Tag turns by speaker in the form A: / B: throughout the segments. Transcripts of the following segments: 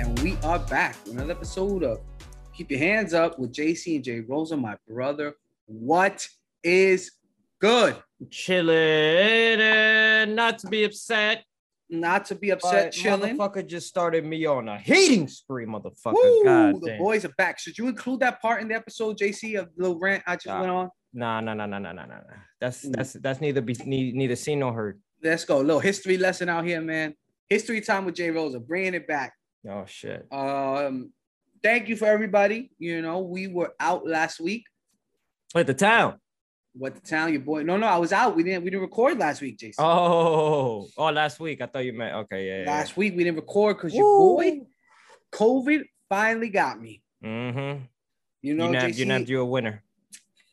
A: And we are back with another episode of Keep Your Hands Up with JC and J Rosa, my brother. What is good?
B: chilling and eh, not to be upset.
A: Not to be upset,
B: But
A: chilling.
B: motherfucker just started me on a hating spree, motherfucker.
A: Woo,
B: God
A: the
B: damn.
A: boys are back. Should you include that part in the episode, JC, of the little rant I just
B: Nah.
A: went on?
B: Nah, nah, nah, nah, nah, nah, nah. nah. That's
A: Mm.
B: that's that's neither be ne- neither seen nor heard.
A: Let's go. little history lesson out here, man. History time with J Rosa, bringing it back.
B: Oh shit.
A: Um, thank you for everybody. You know, we were out last week.
B: At the town.
A: What the town, your boy? No, no, I was out. We didn't. We didn't record last week, Jason.
B: Oh, oh, last week. I thought you meant okay, yeah. yeah,
A: last week we didn't record because your boy COVID finally got me.
B: yeah. Mm-hmm.
A: You
B: You,
A: know,
B: nabbed
A: JC,
B: you nabbed you a winner.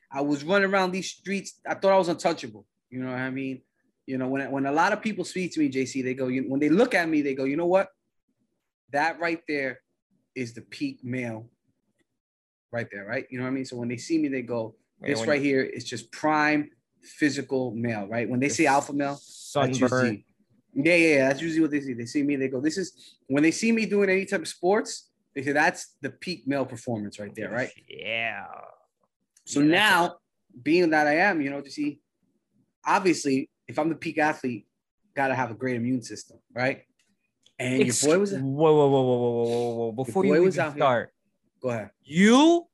A: I was running around these streets. I thought I was untouchable. You know what I mean? You know, when when a lot of people speak to me, JC, they go. You, when they look at me, they go, you know what? That right there is the peak male. Right there, right? You know what I mean? So when they see me, they go,
B: Yeah,
A: this
B: when
A: right here is just prime physical male, right? When they
B: the
A: say alpha male, that's
B: Sunburn.
A: usually- Yeah, yeah, yeah, that's usually what they see. They see me, they go, "This is." When they see me doing any type of sports, they say that's the peak male performance right there, right?
B: Yeah.
A: So
B: Yeah, that's-
A: now, being that I am, you know, to see, obviously, if I'm the peak athlete, gotta have a great immune system, right? And
B: Ex-
A: your boy was
B: whoa, whoa, whoa, whoa, whoa, whoa, whoa, whoa. Before you
A: boy
B: even
A: was out here.
B: start,
A: go ahead.
B: you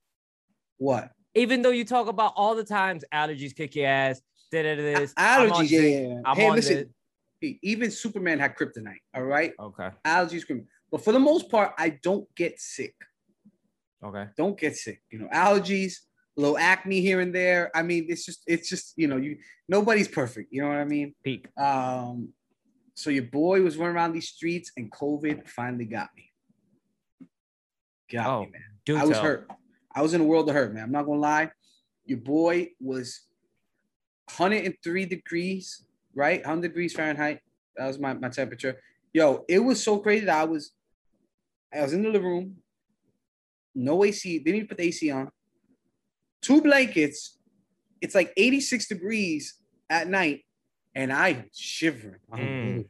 A: What
B: even though you talk about all the times allergies kick your ass, did it is I'm on
A: allergies? Yeah,
B: this,
A: yeah, yeah.
B: I'm
A: Hey,
B: on
A: listen, even Superman had kryptonite. All right,
B: this. Okay,
A: allergies, kryptonite. But for the most part, I don't get sick.
B: okay.
A: don't get sick. You know, allergies, a little acne here and there. I mean, it's just, it's just, you know, you nobody's perfect. You know what I mean?
B: Peak.
A: Um, so your boy was running around these streets, and COVID finally got me. Got
B: Oh,
A: me, man.
B: Do
A: I was
B: tell.
A: hurt. I was in a world of hurt, man. I'm not gonna lie. Your boy was 103 degrees, right? 100 degrees Fahrenheit. That was my, my temperature. Yo, it was so crazy that I was I was in the living room, no AC, didn't even put the AC on. Two blankets. It's like 86 degrees at night, and I shivering. I'm
B: Mm.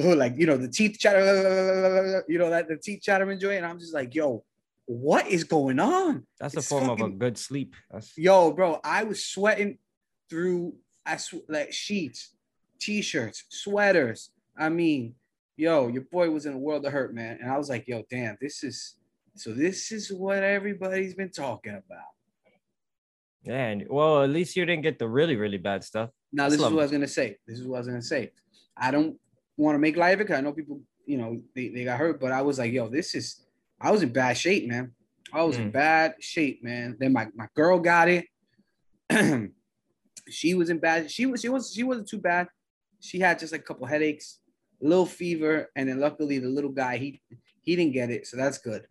A: oh, like you know the teeth chatter, you know that the teeth chattering joy, and I'm just like, yo, what is going on?
B: That's a
A: it's
B: form of a
A: fucking-
B: good sleep. That's
A: Yo, bro, I was sweating through I sw- like sheets, t-shirts, sweaters. I mean, yo, your boy was in a world of hurt, man, and I was like, yo, damn, this is so. This is what everybody's been talking about.
B: yeah. and- Well, at least you didn't get the really, really bad stuff.
A: Now,
B: That's
A: this is
B: lovely.
A: what I was gonna say. This is what I was gonna say. I don't want to make light of it because I know people, you know, they, they got hurt, but I was like, yo, this is I was in bad shape, man. I was in
B: Mm.
A: bad shape, man. Then my, my girl got it. she was in bad, she was she was she wasn't too bad. She had just a couple headaches, a little fever, and then luckily the little guy he he didn't get it, so that's good.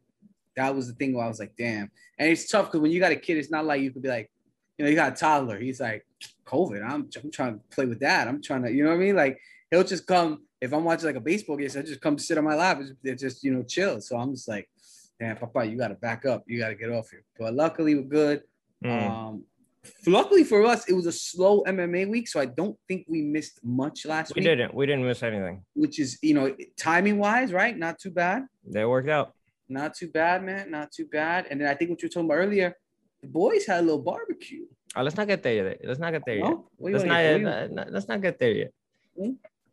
A: That was the thing where I was like, damn. And it's tough because when you got a kid, it's not like you could be like, you know, you got a toddler. He's like, COVID. I'm, I'm trying to play with that. I'm trying to, you know what I mean? Like he'll just come if I'm watching like a baseball game, so he'll just come sit on my lap. It's, they just you know chill. So I'm just like, damn, Papa, you got to back up. You got to get off here. But luckily we're good.
B: Mm.
A: Um, luckily for us, it was a slow MMA week, so I don't think we missed much last
B: we
A: week,
B: didn't. We didn't miss anything.
A: which is you know timing wise, right? Not too bad.
B: They worked out.
A: Not too bad, man. Not too bad. And then I think what you were talking about earlier, the boys had a little barbecue.
B: Oh, let's not get there yet. Let's not get there yet.
A: No? What do you wanna
B: Let's not,
A: get- what do you-
B: uh, not- let's not get there yet.
A: Hmm?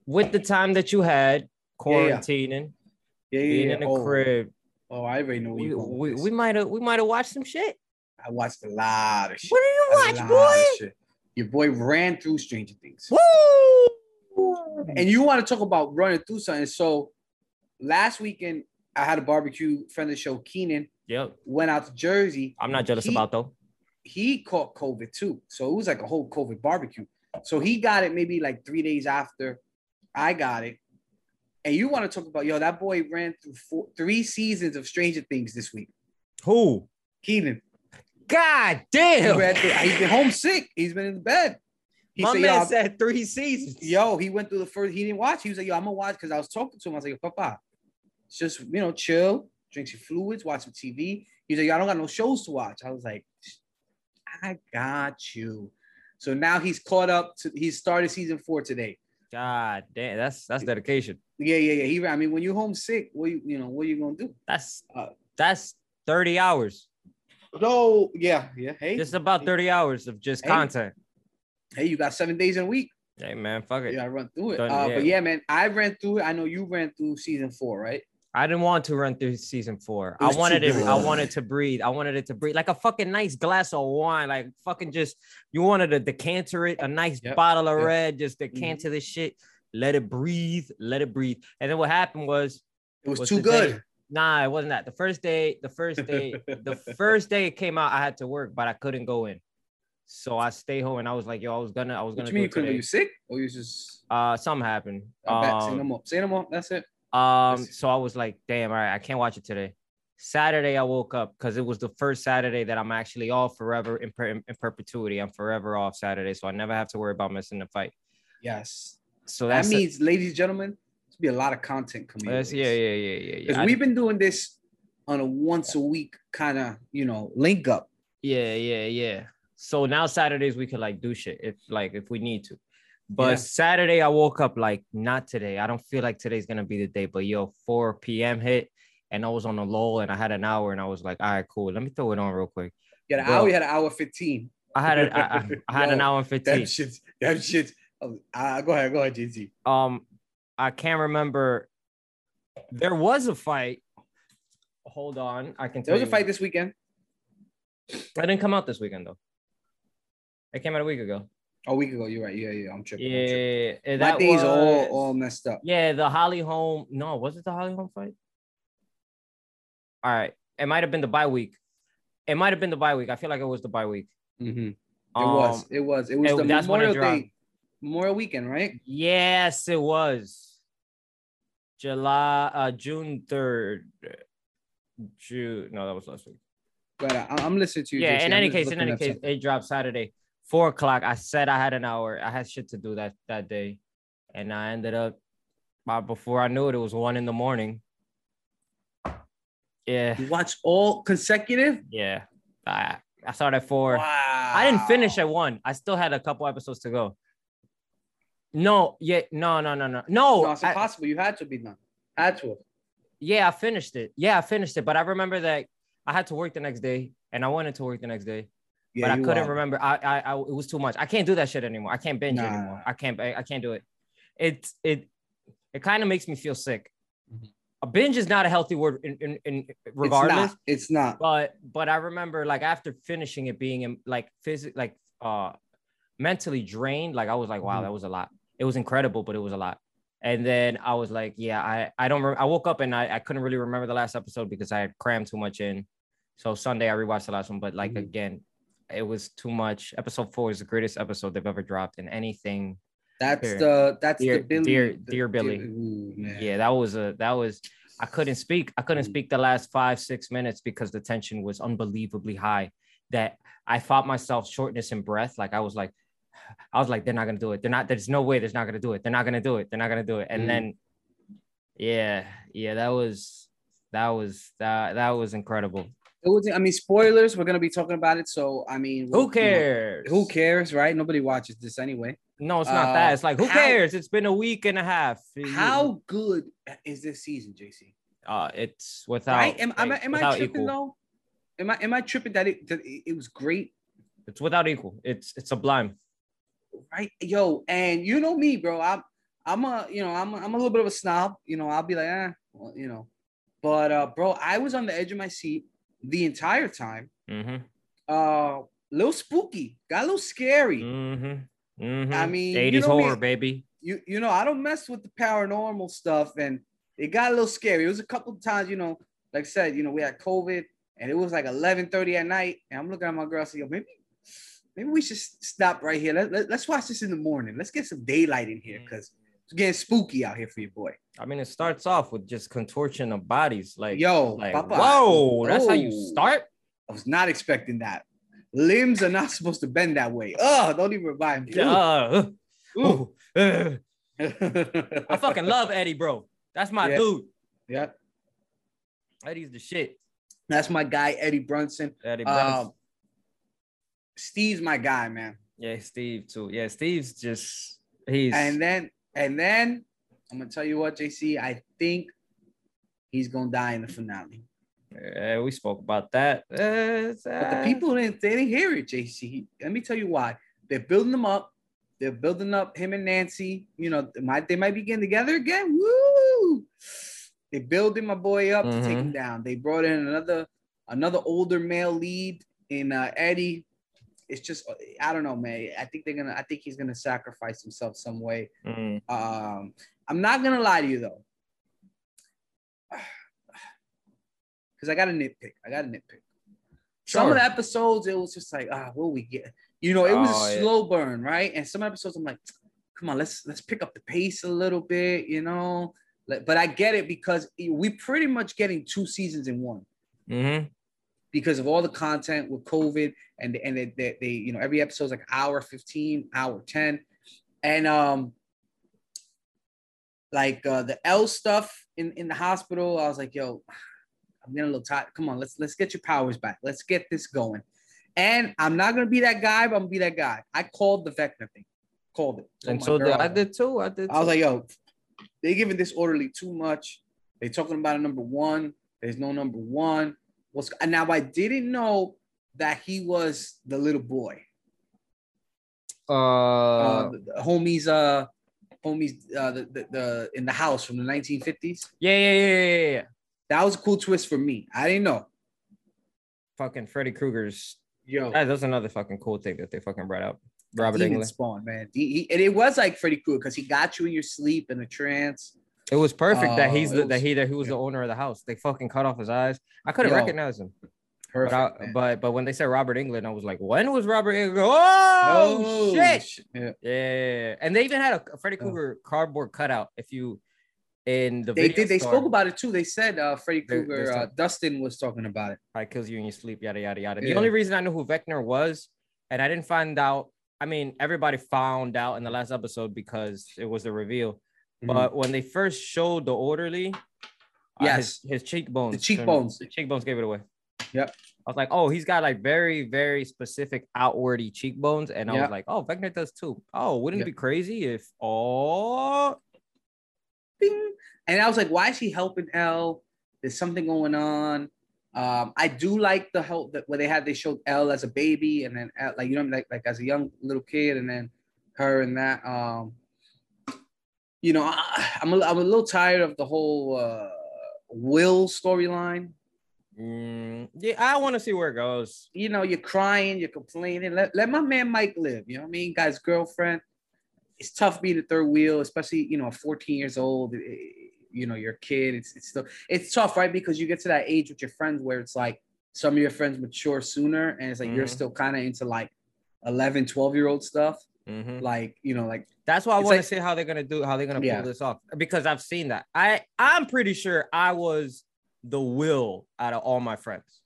B: With the time that you had
A: Yeah, yeah.
B: quarantining,
A: Yeah, yeah,
B: being
A: yeah.
B: in the
A: Oh,
B: crib,
A: Oh, I already know where
B: we
A: you're going. with
B: we
A: this.
B: we might have we might have watched some shit.
A: I watched a lot of shit.
B: What
A: a
B: did you
A: lot
B: watch, boy?
A: of shit. Your boy ran through Stranger Things.
B: Woo!
A: And you want to talk about running through something. So last weekend, I had a barbecue friend of the show, Keenan,
B: Yep.
A: went out to Jersey.
B: I'm not jealous
A: He-
B: about though.
A: He caught COVID too. So it was like a whole COVID barbecue. So he got it maybe like three days after I got it. And you want to talk about, yo, that boy ran through four, three seasons of Stranger Things this week.
B: Who?
A: Keenan,
B: God
A: he
B: damn.
A: ran through, he's been homesick. He's been in the bed. He
B: My
A: said, yo,
B: man
A: I've-
B: said three seasons.
A: yo, he went through the first, he didn't watch. He was like, yo, I'm gonna watch because I was talking to him. I was like, yo, Papa, it's just you know, chill, drink some fluids, watch some TV. He's like, yo, I don't got no shows to watch. I was like, I got you. So now he's caught up to he started season four today.
B: God damn, that's that's dedication.
A: Yeah, yeah, yeah. He I mean, when you're homesick, what you you know, what are you gonna do?
B: That's
A: Uh,
B: that's 30 hours.
A: No, yeah, yeah. Hey,
B: Just about 30 hours of just
A: Hey.
B: content.
A: hey, you got seven days in a week.
B: Hey man, fuck it.
A: Yeah, I run through it.
B: Done,
A: uh,
B: yeah.
A: But yeah, man, I ran through it. I know you ran through season four, right?
B: I didn't want to run through season four.
A: It
B: I
A: was
B: wanted
A: too
B: it. I
A: good.
B: wanted to breathe. I wanted it to breathe like a fucking nice glass of wine. Like fucking just you wanted to decanter it, a nice
A: Yep,
B: bottle of
A: yep. Mm-hmm.
B: red, just decanter this shit, let it breathe, let it breathe. And then what happened was,
A: It was
B: Was
A: too
B: the
A: good.
B: nah, it wasn't that. The first day, the first day, the first day it came out, I had to work, but I couldn't go in. So I stayed home and I was like, yo, I was gonna, I was
A: What
B: gonna
A: you mean
B: go
A: you couldn't? Were
B: today.
A: you sick or you just?
B: Uh, something happened.
A: I'm back. Say no
B: Um,
A: more. Say no more. That's it.
B: Um,
A: Yes.
B: so I was like, damn, all right, I can't watch it today. Saturday, I woke up because it was the first Saturday that I'm actually off forever in, per- in perpetuity. I'm forever off Saturday, so I never have to worry about missing the fight.
A: Yes.
B: So
A: That
B: that's
A: means, ladies and gentlemen, there's be a lot of content coming.
B: that's- yeah, yeah, yeah, yeah, yeah.
A: Because
B: I-
A: we've been doing this on a once a week kind of you know link up.
B: yeah, yeah, yeah. So now Saturdays we could like do shit if like if we need to. But
A: Yeah.
B: Saturday I woke up like not today. I don't feel like today's gonna be the day. But yo, 4 p.m. hit, and I was on the low, and I had an hour, and I was like, all right, cool. Let me throw it on real quick.
A: You had an
B: Bro.
A: hour. You had an hour fifteen.
B: I had an, I, I- I had an
A: Yo,
B: hour and 15.
A: That shit. That shit. Oh, uh, go ahead. Go ahead, GT.
B: Um, I can't remember. There was a fight. Hold on, I can
A: There
B: tell
A: was a
B: you.
A: fight this weekend.
B: That didn't come out this weekend though. It came out a week ago.
A: A week ago. You're right. Yeah, yeah. I'm tripping. I'm tripping.
B: Yeah, and
A: My
B: that
A: days
B: was,
A: are all um, all messed up.
B: Yeah, the Holly Holm. No, was it the Holly Holm fight? All right, it might have been the bye week. It might have been the bye week. I feel like it was the bye week.
A: Mhm. It
B: Um,
A: was. It was. It was
B: and
A: the
B: that's when it
A: Memorial
B: dropped.
A: Day, Memorial Weekend, right?
B: Yes, it was. July, uh, June third. June. No, that was last week.
A: But I, I'm listening to you.
B: yeah.
A: JC.
B: In
A: I'm
B: any
A: just
B: case, in
A: looking
B: any
A: up
B: case,
A: something.
B: it dropped Saturday, four o'clock. I said I had an hour. I had shit to do that that day, and I ended up. By before I knew it, it was one in the morning. Yeah,
A: you watch all consecutive.
B: yeah. I I started at four.
A: Wow.
B: I didn't finish at one. I still had a couple episodes to go. No, yeah, no, no, no, no, no.
A: No, it's
B: Oh, I-
A: impossible. you had to be done. Had to.
B: Yeah, I finished it. Yeah, I finished it. But I remember that I had to work the next day and I wanted to work the next day,
A: Yeah,
B: but I
A: you
B: couldn't
A: are.
B: remember. I, I, I, it was too much. I can't do that shit anymore. I can't binge
A: Nah.
B: anymore. I can't, I, I can't do it. It, it, it kind of makes me feel sick.
A: Mhm.
B: A binge is not a healthy word in, in, in
A: It's
B: regardless
A: not. It's not.
B: but but I remember like after finishing it being in, like physically like uh mentally drained like I was like wow
A: Mhm.
B: that was a lot it was incredible but it was a lot and then I was like yeah I I don't rem- I woke up and I, I couldn't really remember the last episode because I had crammed too much in so Sunday I rewatched the last one but like
A: Mhm.
B: again it was too much episode 4 is the greatest episode they've ever dropped in anything
A: That's
B: Dear-
A: the that's
B: dear-
A: the Billy.
B: dear-
A: the-
B: dear Billy.
A: ooh, man.
B: yeah that was a that was I couldn't speak. I couldn't
A: Mm.
B: speak the last five, six minutes because the tension was unbelievably high that I fought myself shortness in breath. Like I was like, I was like, they're not gonna do it. They're not, there's no way there's not gonna do it. They're not gonna do it. They're not gonna do it. And
A: Mm.
B: then yeah, yeah, that was that was that that was incredible.
A: It was. I mean, spoilers. We're gonna be talking about it. So I mean, we'll- you
B: Who
A: know,
B: cares?
A: who cares, right? Nobody watches this anyway.
B: No, it's not
A: Uh,
B: that. It's like who
A: how-
B: cares? It's been a week and a half.
A: How good is this season, JC?
B: uh it's without
A: Right? Am, am, I-
B: like,
A: am I
B: without
A: tripping
B: equal.
A: though? Am I am I tripping that it that it it was great
B: It's without equal. It's it's sublime.
A: right? Yo, and you know me, bro. I'm I'm a you know I'm a, I'm a little bit of a snob. You know, I'll be like, eh, well, you know, but uh, bro, I was on the edge of my seat the entire time.
B: hmm
A: Uh, little spooky, got a little scary.
B: Mm-hmm. Mm-hmm.
A: mean, you
B: 80s
A: know me-
B: horror, baby.
A: You you know, I don't mess with the paranormal stuff, and it got a little scary. It was a couple of times, you know, like I said, you know, we had COVID, and it was like 11:30 at night, and I'm looking at my girl, I said, yo, maybe. Maybe we should s- stop right here. Let, let, let's watch this in the morning. Let's get some daylight in here because it's getting spooky out here for your boy.
B: I mean, it starts off with just contortion of bodies. Like,
A: Yo,
B: like
A: Papa,
B: whoa, that's how you
A: whoa.
B: start.
A: I was not expecting that. Limbs are not supposed to bend that way. Oh, don't even revive me.
B: Uh,
A: Ooh, ooh.
B: ooh, uh. I fucking love Eddie, bro. That's my
A: Yeah.
B: dude.
A: yeah.
B: Eddie's the shit.
A: That's my guy, Eddie Brunson.
B: Eddie,
A: Um,
B: Brunson.
A: Steve's my guy, man.
B: Yeah, Steve too. Yeah, Steve's just he's
A: And then and then I'm gonna tell you what, JC, I think he's gonna die in the finale.
B: yeah, we spoke about that. Uh,
A: But the
B: uh,
A: people didn't they didn't hear it, JC. Let me tell you why. They're building them up. They're building up him and Nancy. You know, they might they might be getting together again. Woo! They building my boy up to take him down. They brought in another another older male lead in uh, Eddie. It's just I don't know, man. I think they're gonna I think he's gonna sacrifice himself some way.
B: mm,
A: Um, I'm not gonna lie to you though, because I got a nitpick. I got a nitpick. Some
B: sure.
A: of the episodes, it was just like, ah, what we get? You know, it was
B: Oh,
A: a
B: yeah.
A: slow burn, right? And some episodes, I'm like, come on, let's let's pick up the pace a little bit, you know. Like, But I get it because we pretty much getting two seasons in one
B: Mhm.
A: because of all the content with COVID and and they, they, they you know every episode's like hour 15, hour 10. And um like uh the L stuff in in the hospital, I was like, yo, I'm getting a little tired. Come on, let's let's get your powers back. Let's get this going. And I'm not gonna be that guy, but I'm gonna be that guy. I called the Vecna thing, called it. Told
B: And
A: Oh my
B: so
A: girl.
B: the, I did too. I did.
A: I was
B: too.
A: like, yo, they giving this orderly too much. They talking about a number one. There's no number one. What's and now? I didn't know that he was the little boy. Uh,
B: uh,
A: the- the homies, uh, homies, uh, the, the the in the house from the 1950s.
B: yeah, yeah, yeah, yeah, yeah, yeah.
A: That was a cool twist for me. I didn't know.
B: Fucking Freddy Krueger's.
A: Yo,
B: That, that's another fucking cool thing that they fucking brought up. Robert
A: Demon
B: Englund.
A: Spawn, man. He, he- and it was like Freddy Krueger because he got you in your sleep in a trance.
B: It was perfect that he's
A: Oh, it
B: the, that
A: was-
B: he that he was the owner of the house. They fucking cut off his eyes. I couldn't
A: Yo.
B: recognize him.
A: Perfect.
B: but, I,
A: man.
B: but but when they said Robert England, I was like, when was Robert England? Oh, shit!
A: sh- yeah.
B: Yeah, and they even had a Freddy
A: Oh.
B: Krueger cardboard cutout. If you in the
A: They
B: video
A: did. They
B: store,
A: spoke about it too. They said uh, Freddy
B: They- they
A: Krueger. Uh,
B: said-
A: Dustin was talking about it.
B: how it kills you in your sleep, yada yada yada. The
A: Yeah.
B: only reason I knew who Vecna was, and I didn't find out. I mean, everybody found out in the last episode because it was the reveal.
A: Mm-hmm.
B: But when they first showed the orderly, uh, his,
A: yes,
B: his cheekbones,
A: the cheekbones.
B: the cheekbones gave it away.
A: Yep.
B: I was like, oh, he's got like very, very specific outwardy cheekbones. And I was
A: Yep.
B: like, oh, Vecna does too. Oh, wouldn't
A: Yep.
B: it be crazy if oh
A: Ding. And I was like, why is he helping L? There's something going on. Um, I do like the help that where they had they showed L as a baby and then L, like you know like like as a young little kid and then her and that. Um, you know, I, I'm a, I'm a little tired of the whole uh, Will storyline.
B: Mm, yeah, I want to see where it goes.
A: you know, you're crying, you're complaining. Let, let my man Mike live. You know what I mean? Guy's girlfriend. It's tough being the third wheel, especially you know, 14 years old. eh, You know, you're a kid. It's it's still it's tough, right? Because you get to that age with your friends where it's like some of your friends mature sooner, and it's like you're
B: Mhm.
A: still kind of into like 11, 12 year old stuff.
B: Mhm.
A: Like you know, like
B: That's why I
A: It's
B: want to
A: like-
B: see how they're gonna do how they're gonna
A: Yeah.
B: pull this off because I've seen that. I I'm pretty sure I was the will out of all my friends.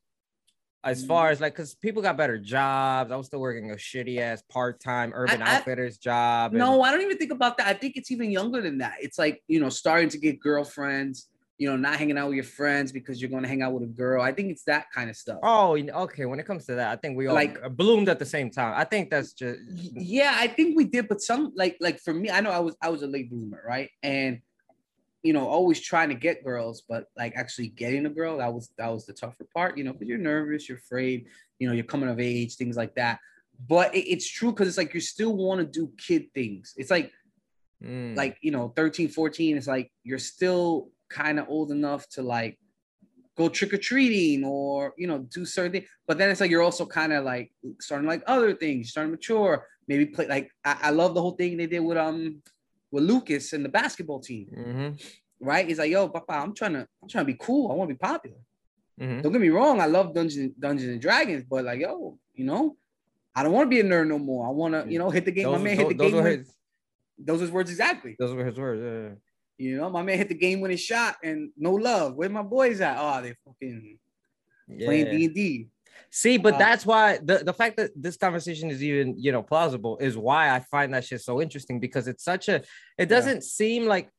B: As
A: Mm.
B: far as like, because people got better jobs. I was still working a shitty ass part time Urban
A: I-
B: Outfitters job. and-
A: no, I don't even think about that. I think it's even younger than that. It's like you know, starting to get girlfriends. You know, not hanging out with your friends because you're going to hang out with a girl. I think it's that kind of stuff.
B: Oh, you know, okay. When it comes to that, I think we all
A: Like-
B: like bloomed at the same time. I think that's just
A: Y- yeah i think we did but some like like for me i know i was i was a late bloomer right and you know always trying to get girls but like actually getting a girl that was that was the tougher part you know because you're nervous you're afraid you know you're coming of age things like that but it, it's true because it's like you still want to do kid things it's like
B: Mm.
A: like you know 13 14 it's like you're still kind of old enough to like go trick-or-treating or you know do certain things but then it's like you're also kind of like starting like other things you're starting to mature maybe play like I, I love the whole thing they did with um with lucas and the basketball team
B: Mhm,
A: right he's like yo papa i'm trying to i'm trying to be cool i want to be popular
B: mhm.
A: don't get me wrong i love dungeons dungeons and dragons but like yo you know i don't want to be a nerd no more i want to you know hit the game
B: Those,
A: my man hit
B: tho-
A: the
B: those
A: game
B: were
A: win-
B: his,
A: those are his words exactly
B: those were his words. yeah, yeah.
A: you know, my man hit the game winning shot and no love. Where my boys at? Oh, they fucking playing
B: Yeah.
A: D and D.
B: See, but
A: Uh,
B: that's why the, the fact that this conversation is even, you know, plausible is why I find that shit so interesting because it's such
A: Mm-hmm.
B: a it doesn't seem like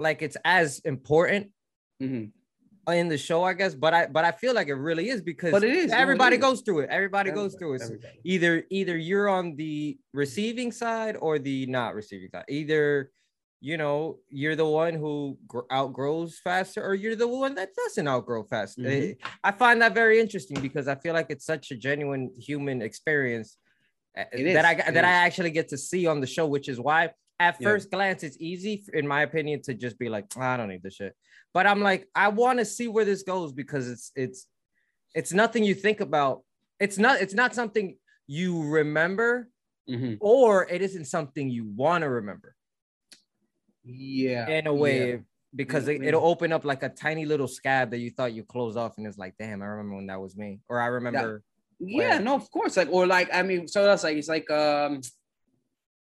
B: like it's as important in the show, I guess. But I but I feel like it really is because
A: But it is, no, it
B: everybody
A: is.
B: goes through it. Everybody goes through it. So
A: Everybody.
B: either either you're on the receiving side or the not receiving side. Either you know you're the one who gr- outgrows faster, or you're the one that doesn't outgrow fast.
A: Mhm.
B: Eh, I find that very interesting because I feel like it's such a genuine human experience eh,
A: It is,
B: that I
A: it
B: that I
A: is.
B: actually get to see on the show, which is why at
A: Yeah.
B: first glance it's easy in my opinion to just be like "Ah, I don't need this shit. But I'm like I want to see where this goes because it's it's it's nothing you think about. It's not it's not something you remember
A: Mhm.
B: or it isn't something you want to remember
A: Yeah.
B: in a
A: yeah.
B: way because
A: Yeah,
B: it,
A: yeah.
B: it'll open up like a tiny little scab that you thought you closed off and it's like damn I remember when that was me or I remember
A: Yeah,
B: Wow.
A: no, of course. Like, or like, I mean, so that's like, it's like, um,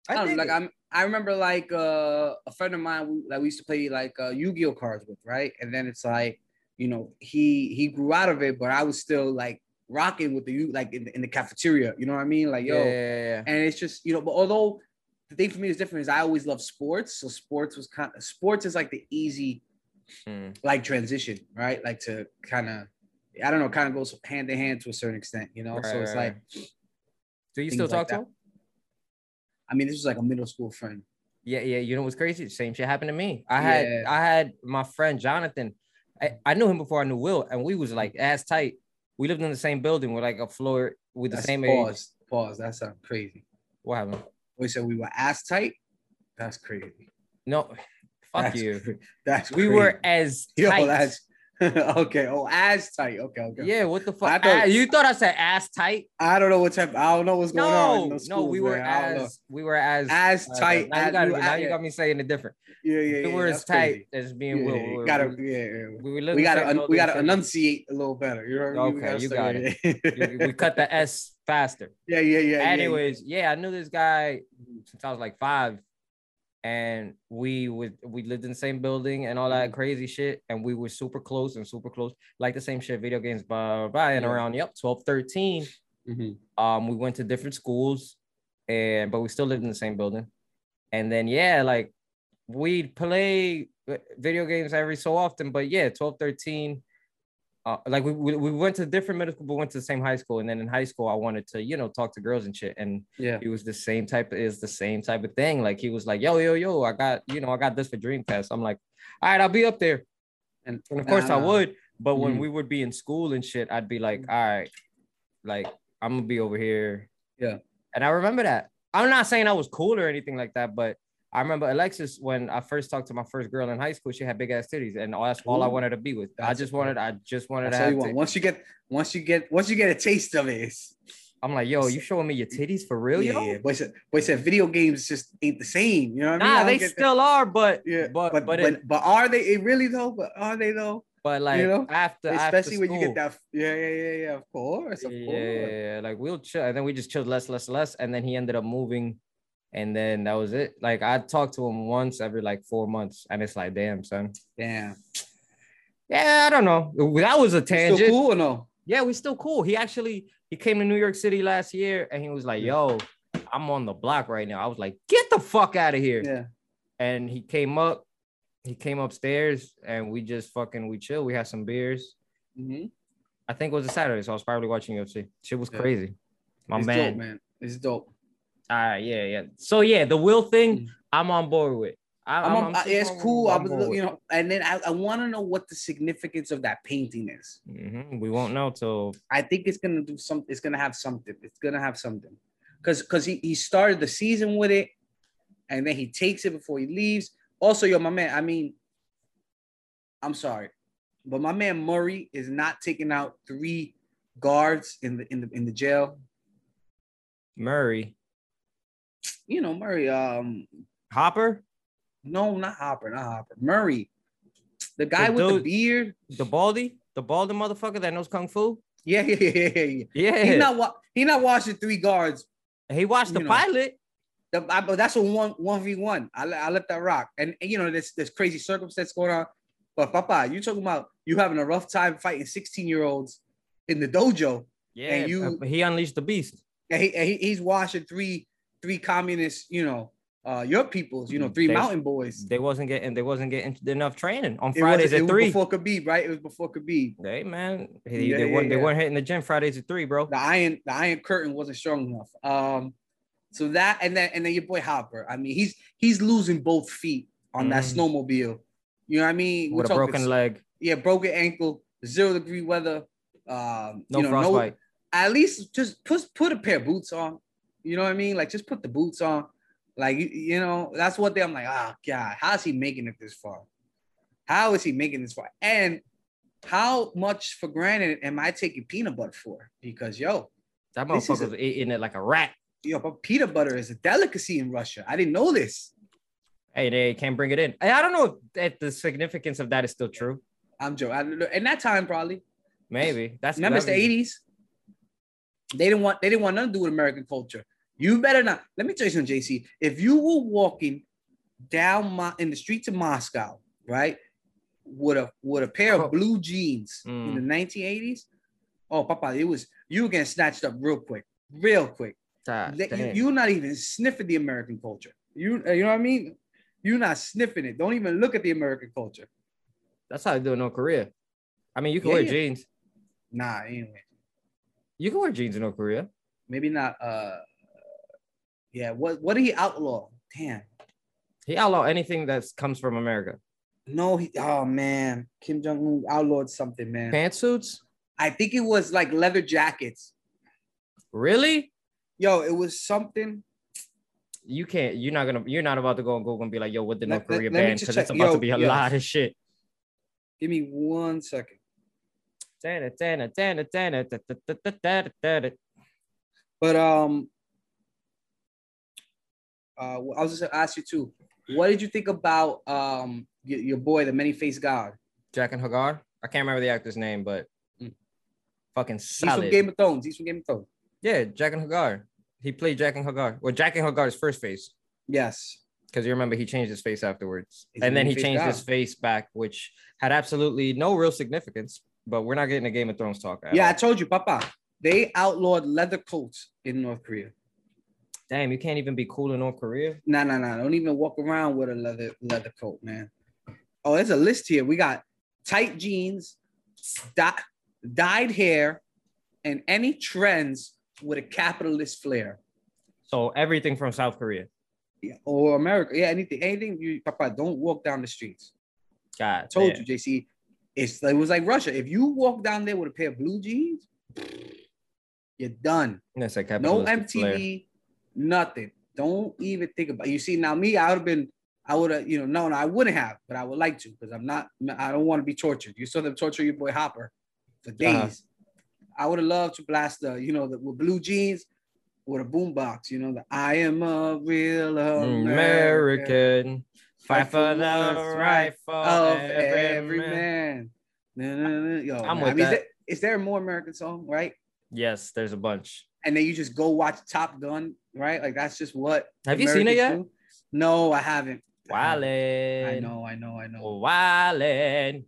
A: I don't know,
B: dig
A: like
B: it.
A: I'm. I remember like uh, a friend of mine we- that we used to play like uh, Yu-Gi-Oh cards with, right? And then it's like, you know, he he grew out of it, but I was still like rocking with the Yu- like in, the- in the cafeteria. You know what I mean? Like, yo,
B: yeah, yeah, yeah.
A: and it's just you know but although the thing for me is different is i always love sports so sports was kind of sports is like the easy
B: Mm.
A: like transition right like to kind of i don't know kind of goes hand in hand to a certain extent you know
B: Right,
A: so it's
B: right,
A: like
B: Do you
A: things
B: still
A: like
B: talk to
A: that.
B: him?
A: i mean this was like a middle school friend
B: Yeah, yeah. You know what's crazy? Same shit happened to me. I had
A: Yeah.
B: I had my friend Jonathan. I, I knew him before I knew Will, and we was like ass tight. We lived in the same building. We're like a floor with the
A: That's-
B: same age.
A: pause pause that sounds crazy
B: What happened?
A: we said we were ass tight that's crazy
B: No, fuck
A: That's
B: you.
A: cra- that's
B: We
A: crazy.
B: were as
A: Yo,
B: tight.
A: that's okay oh ass tight okay okay
B: yeah, what the
A: I
B: fuck?
A: thought-
B: Ah, you thought I said ass tight?
A: i don't know what's happening i don't know what's going on
B: No,
A: in
B: no,
A: those schools,
B: we were
A: man. I don't know.
B: as we were as
A: ass
B: uh,
A: tight
B: Now you,
A: as-
B: got,
A: we
B: me-
A: were
B: now
A: as-
B: you got me saying it different.
A: yeah yeah, yeah
B: we were as
A: that's
B: tight
A: crazy.
B: as me and
A: Yeah,
B: Will.
A: yeah,
B: we were-
A: gotta,
B: we-
A: yeah, yeah.
B: we were living
A: we
B: in the
A: gotta,
B: same
A: un- we
B: building,
A: gotta
B: same-
A: enunciate a little better. You know what I mean? We
B: Okay, you
A: start-
B: got
A: yeah.
B: we we cut the S faster.
A: yeah, yeah, yeah. yeah.
B: anyways yeah. i knew this guy since i was like five and we would we lived in the same building and all
A: Mm-hmm.
B: that crazy shit and we were super close and super close like the same shit video games blah blah, blah. and
A: Yeah.
B: around yep 12 13
A: Mhm.
B: um we went to different schools and but we still lived in the same building and then yeah like we'd play vi- video games every so often but yeah 12 13 uh, like we, we, we went to different middle school but went to the same high school and then in high school i wanted to you know talk to girls and shit and
A: yeah,
B: it was the same type is the same type of thing like he was like yo yo yo i got you know i got this for dreamcast i'm like all right i'll be up there
A: and,
B: and of course
A: nah,
B: I
A: Mm-hmm.
B: would, but when
A: Mhm.
B: we would be in school and shit, I'd be like, all right, like I'm gonna be over here.
A: Yeah.
B: And I remember that. I'm not saying I was cool or anything like that, but I remember Alexis when I first talked to my first girl in high school, she had big ass titties, and all that's all I
A: Ooh.
B: wanted to be with. I
A: That's
B: just
A: okay.
B: wanted, I just wanted
A: That's all
B: to have
A: you want.
B: tit-
A: Once you get, once you get, once you get a taste of it, it's,
B: I'm like, yo, you showing me your titties for real,
A: yeah,
B: yo?
A: yeah. Boy said, boy said, video games just ain't the same. You know what I mean? I
B: Nah,
A: don't
B: they
A: get that.
B: still are, but
A: yeah,
B: but
A: but
B: but
A: but,
B: it-
A: but are they it really though? But are they though?
B: but like
A: know,
B: after
A: Especially
B: after
A: when you
B: school.
A: get that, yeah, yeah, yeah, yeah. Of course, of
B: yeah,
A: course.
B: yeah, yeah, like we'll chill, and then we just chilled less, less, less, and then he ended up moving, and then that was it. Like I talked to him once every like four months, and it's like, damn, son.
A: Damn.
B: Yeah, I don't know. That was a
A: Still
B: tangent.
A: cool or no?
B: Yeah, we still cool. He actually he came to New York City last year, and he was like, "Yo, I'm on the block right now." I was like, "Get the fuck out of here!"
A: Yeah.
B: And he came up, he came upstairs, and we just fucking we chill. We had some beers.
A: Mm-hmm.
B: I think it was a Saturday, so I was probably watching UFC. Shit was
A: Yeah.
B: crazy. My
A: it's
B: man.
A: dope, man. It's dope.
B: All right, yeah, yeah. So yeah, the will
A: Mm.
B: thing, I'm on board with. I,
A: I'm, I'm, I-
B: super
A: it's
B: on
A: cool.
B: board-
A: I
B: I'm
A: was,
B: on
A: look-
B: board
A: you know, and then I, I want to know what the significance of that painting is.
B: with it. Mhm, We won't know till
A: I think it's gonna do some. It's gonna have something. It's gonna have something, because because he, he started the season with it, and then he takes it before he leaves. Also, yo, my man. I mean, I'm sorry, but my man Murray is not taking out three guards in the in the in the jail.
B: Murray
A: You know, Murray. Um,
B: Hopper,
A: no, not Hopper, not Hopper. Murray, the guy
B: The
A: with the
B: dude-
A: beard.
B: the baldy, the baldy motherfucker that knows kung fu.
A: Yeah, yeah, yeah, yeah, yeah.
B: Yeah,
A: He not wa- he not watching three guards.
B: he watched the
A: you know.
B: pilot.
A: The- I- but that's a one one v one. I, let- I let that rock. And, and, you know there's there's crazy circumstance going on. But Papa, you talking about you having a rough time fighting sixteen year olds in the dojo,
B: Yeah,
A: you-
B: but he unleashed the beast.
A: and, he, and he- he's washing three three communists. You know uh, your peoples, you know, three
B: They-
A: mountain boys.
B: They wasn't getting they wasn't getting enough training on
A: it was,
B: Fridays
A: it
B: at
A: was
B: three.
A: before Khabib, right? It was before Khabib.
B: Hey man,
A: Yeah,
B: they, they,
A: yeah,
B: weren't, they
A: yeah.
B: weren't hitting the gym Fridays at three, bro.
A: The iron, the iron curtain wasn't strong enough. Um, so that and then and then your boy Hopper. I mean, he's he's losing both feet on that
B: Mhm.
A: snowmobile. You know what I mean?
B: With a broken leg,
A: yeah, broken ankle, zero degree weather. Um,
B: no
A: you know, no,
B: frostbite.
A: at least just put put a pair of boots on. You know what I mean? Like just put the boots on. Like you, you know, that's one thing I'm like, ah, God, how is he making it this far? How is he making this far? And how much for granted am I taking peanut butter for? Because yo,
B: that
A: this is
B: motherfucker was eating it like a rat.
A: yo, but peanut butter is a delicacy in Russia. I didn't know this.
B: Hey, they can't bring it in. And I don't know if, if the significance of that is still true.
A: I'm joking. I, don't know. in that time, probably.
B: Maybe that's
A: Remember it's the
B: that'd be-
A: '80s. They didn't want. They didn't want nothing to do with American culture. You better not. Let me tell you something, JC. If you were walking down Mo- in the streets of Moscow, right, with a with a pair
B: Oh.
A: of blue jeans in
B: Mm.
A: the 1980s, oh, Papa, it was you were getting snatched up real quick, real quick.
B: God
A: That-
B: Ah, damn.
A: you, are not even sniffing the American culture. You uh, you know what I mean? You're not sniffing it. Don't even look at the American culture.
B: That's how I do it in North Korea. I mean, you can
A: Yeah,
B: wear
A: yeah.
B: jeans.
A: Nah, anyway,
B: You can wear jeans in North Korea.
A: maybe not. Uh, yeah. What what did he outlaw? Damn.
B: He outlaw anything that comes from America.
A: No, he, oh man, Kim Jong Un outlawed something, man.
B: Pantsuits?
A: I think it was like leather jackets.
B: Really?
A: Yo, it was something.
B: You can't. You're not gonna. You're not about to go on Google and be like, "Yo, what the
A: Let-
B: North Korea
A: let- let me
B: ban?"
A: just
B: Because it's
A: check.
B: about
A: Yo,
B: to be a
A: yo.
B: lot of shit.
A: Give me one second.
B: Dana, dana, dana, dana, da, da, da, da, da, da, da.
A: But um, uh, I was just gonna ask you too. What did you think about um your, your boy, the many faced god?
B: Jack and Hagar. I can't remember the actor's name, but
A: Mm.
B: fucking
A: He's from
B: solid.
A: Game of Thrones. He's from Game of Thrones.
B: yeah, Jack and Hagar. He played Jack and Hagar. Well, Jack and Hagar's first face,
A: Yes.
B: because you remember he changed his face afterwards,
A: He's
B: and
A: a
B: then he
A: moon-faced
B: changed
A: guy.
B: his face back, which had absolutely no real significance. But we're not getting a Game of Thrones talk. at
A: Yeah, I
B: all.
A: told you, Papa. They outlawed leather coats in North Korea.
B: Damn, you can't even be cool in North Korea.
A: No, no, no. Don't even walk around with a leather leather coat, man. Oh, there's a list here. We got tight jeans, dye- dyed hair, and any trends with a capitalist flair
B: So everything from South Korea.
A: Yeah, or America. Yeah, anything, anything. You, Papa, don't walk down the streets.
B: God,
A: I told
B: damn.
A: you, JC. It's it was like Russia. If you walk down there with a pair of blue jeans, you're done.
B: That's a
A: no
B: capitalistic
A: MTV,
B: flair.
A: nothing. Don't even think about. You see, now me, I would have been, I would have, you know, no, no, I wouldn't have, but I would like to because I'm not, I don't want to be tortured. You saw them torture your boy Hopper for days.
B: Uh-huh.
A: I would have loved to blast the, you know, the, with blue jeans, with a boombox, you know, the I am a real American.
B: American. Fight
A: um, Fight
B: for
A: for
B: the
A: what's
B: right
A: right
B: for
A: Of
B: every,
A: every
B: man.
A: man. Na, na, na. Yo,
B: I'm
A: man, I
B: with
A: mean, is
B: that.
A: there- is there a more American song, right?
B: Yes, there's a bunch.
A: and then you just go watch Top Gun, right? Like that's just what.
B: Have you seen it yet?
A: Americans do. No, I haven't. I haven't.
B: Wildin'. Oh.
A: I know, I know, I know,
B: Wildin'.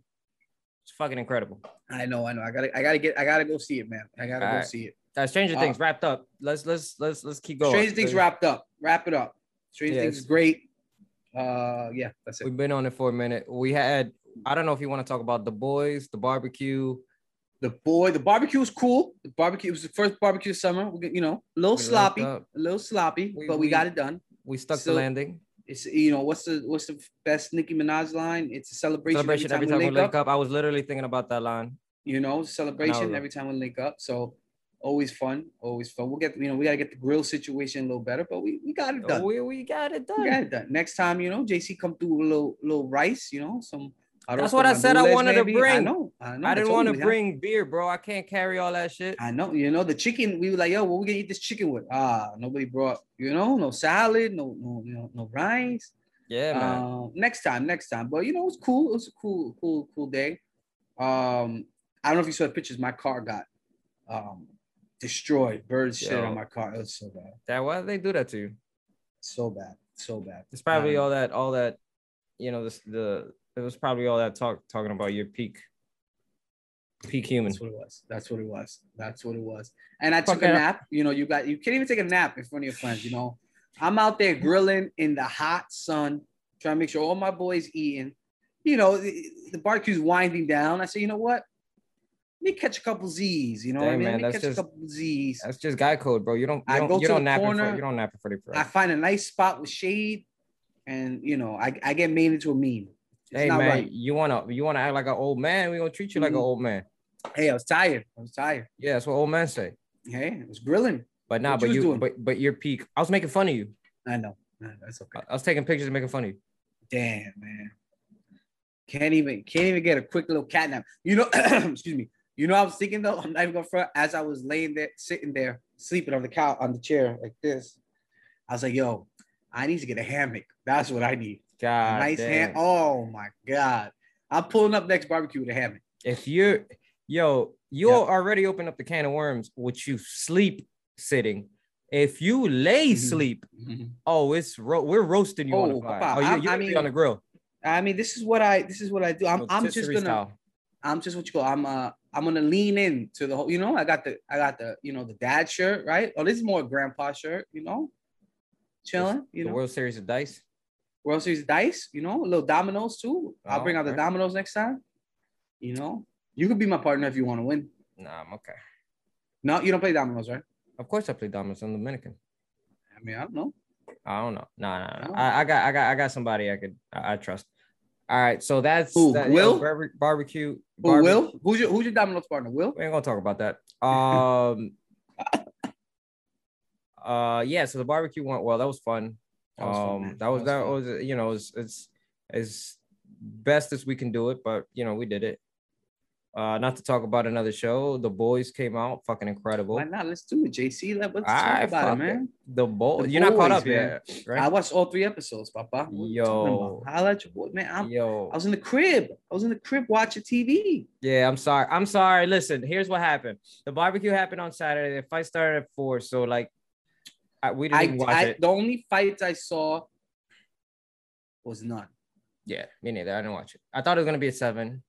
B: It's fucking incredible.
A: I know, I know. I gotta, I gotta get, I gotta go see it, man. I gotta go
B: Alright.
A: see it.
B: Uh, Stranger
A: Uh,
B: Things wrapped up. Let's let's let's let's keep going.
A: Strange Things
B: There's-
A: wrapped up. Wrap it up. Strange
B: Yeah,
A: Things
B: it's-
A: is great. Uh, yeah, that's it.
B: We've been on it for a minute. We had I don't know if you want to talk about the boys, the barbecue.
A: The boy, the barbecue was cool. The barbecue it was the first barbecue of summer. We, get- you know, a little
B: We
A: sloppy,
B: linked
A: a
B: up.
A: little sloppy,
B: We-
A: but we,
B: we-
A: got it done.
B: We stuck
A: So,
B: the landing.
A: It's you know what's the what's the best Nicki Minaj line? It's a celebration,
B: Celebration every time, we link, up. I was literally thinking about that line.
A: you know,
B: Now
A: celebration
B: we're-
A: every time we link up. So always fun, always fun. We'll get, you know, we gotta get the grill situation a little better, but we, we got it done.
B: We, we got it done.
A: We got it done. Next time, you know, JC come through with a little little rice, you know, some. arroz
B: That's what
A: con
B: I said I
A: gandules,
B: wanted to
A: maybe. I
B: bring.
A: know, I know.
B: I didn't
A: told
B: want to
A: you, huh?
B: bring beer, bro. I can't carry all that shit.
A: I know, you know, the chicken. We were like, yo, what we gonna eat this chicken with? Ah, nobody brought, you know, no salad, no, no, you know, no rice.
B: Yeah, man.
A: Um, next time, next time. But you know, it was cool. It was a cool, cool, cool day. Um, I don't know if you saw the pictures. My car got um destroyed. Birds shit
B: Yo.
A: on my car. It was so bad,
B: that why do they do that to you?
A: so bad, so bad.
B: It's probably
A: Um,
B: all that, all that, you know, this the it was probably all that talk talking about your peak, peak human.
A: That's what it was. That's what it was. That's what it was. And I took
B: Fucking-
A: a nap. You know, you got you can't even take a nap in front of your friends. You know, I'm out there grilling in the hot sun, trying to make sure all my boys eating. You know, the, the barbecue's winding down. I say, you know what? Let me catch a couple Z's. You know what I
B: Dang,
A: mean?
B: man,
A: Let me
B: that's
A: catch
B: just-
A: a couple Z's.
B: That's just guy code, bro. You don't
A: I
B: you
A: go
B: don't, you
A: to
B: don't
A: the
B: nap in
A: corner.
B: front. You don't nap in front of your
A: I find a nice spot with shade, and you know, I, I get made into a meme. It's
B: Hey
A: not
B: man,
A: right.
B: you wanna you wanna act like an old man? We gonna treat you like an
A: Mhm.
B: old man.
A: Hey, I was tired. I was tired.
B: Yeah, that's what old men say.
A: Hey, I was grilling.
B: But nah,
A: What
B: but
A: you was
B: you
A: doing?
B: but but your peak. I was making fun of you.
A: I know. I know, That's okay.
B: I- I was taking pictures and making fun of you.
A: Damn, man. Can't even can't even get a quick little cat nap. You know, excuse me. You know, I was thinking though, I'm not even gonna front as I was laying there, sitting there, sleeping on the couch on the chair like this. I was like, yo, I need to get a hammock. That's what I need. A
B: God
A: nice
B: Ah, damn.
A: ham. Oh my god. I'm pulling up next barbecue with a hammock.
B: if you're yo, you
A: Yeah.
B: already opened up the can of worms with you sleep sitting. If you lay
A: Mhm.
B: sleep, oh, it's ro- we're roasting you on the
A: Oh,
B: fire.
A: papa,
B: oh,
A: I-
B: you,
A: I
B: you're
A: mean,
B: on the grill.
A: I mean, this is what I this is what I do. I'm, I'm just
B: Rotisserie
A: gonna
B: style.
A: I'm just what you call I'm uh I'm gonna lean in to the whole you know I got the I got the you know the dad shirt right oh this is more a grandpa shirt you know chilling you
B: the
A: know World,
B: World Series of Dice.
A: Series dice you know little dominoes too I'll
B: Oh,
A: bring out the
B: okay.
A: dominoes next time you know you could be my partner if you want to win
B: Nah, I'm okay.
A: no you don't play dominoes right
B: Of course, I play dominoes. I'm Dominican.
A: I mean I don't know
B: I don't know. Nah, nah, nah.
A: Oh.
B: I, I got, I got, I got somebody I could, I, I trust. All right, so that's
A: Who,
B: that-
A: Will?
B: yo, barbe- barbecue.
A: who
B: barbe-
A: Will who's your who's your dominoes partner Will
B: We ain't gonna talk about that. Um. uh, yeah. So the barbecue went well. That was fun.
A: That was fun,
B: um,
A: man.
B: that was that
A: fun.
B: was, you know it's it's as best as we can do it, but you know we did it. Uh, not to talk about another show. The boys came out fucking incredible.
A: why not let's do it JC let, let's talk
B: Alright,
A: about
B: fuck
A: it man.
B: The boys,
A: The
B: you're not caught
A: boys,
B: up
A: man.
B: yet,
A: I
B: right?
A: watched all three episodes, Papa. What you talking about?
B: Yo.
A: Holla at your boy, man. I'm,
B: Yo,
A: I was in the crib. I was in the crib watching TV.
B: Yeah, I'm sorry. I'm sorry. Listen, here's what happened. The barbecue happened on Saturday. The fight started at four, so like, I, we didn't
A: I,
B: even watch
A: I
B: it.
A: the only fights I saw was none.
B: Yeah, me neither. I didn't watch it. I thought it was gonna be a seven,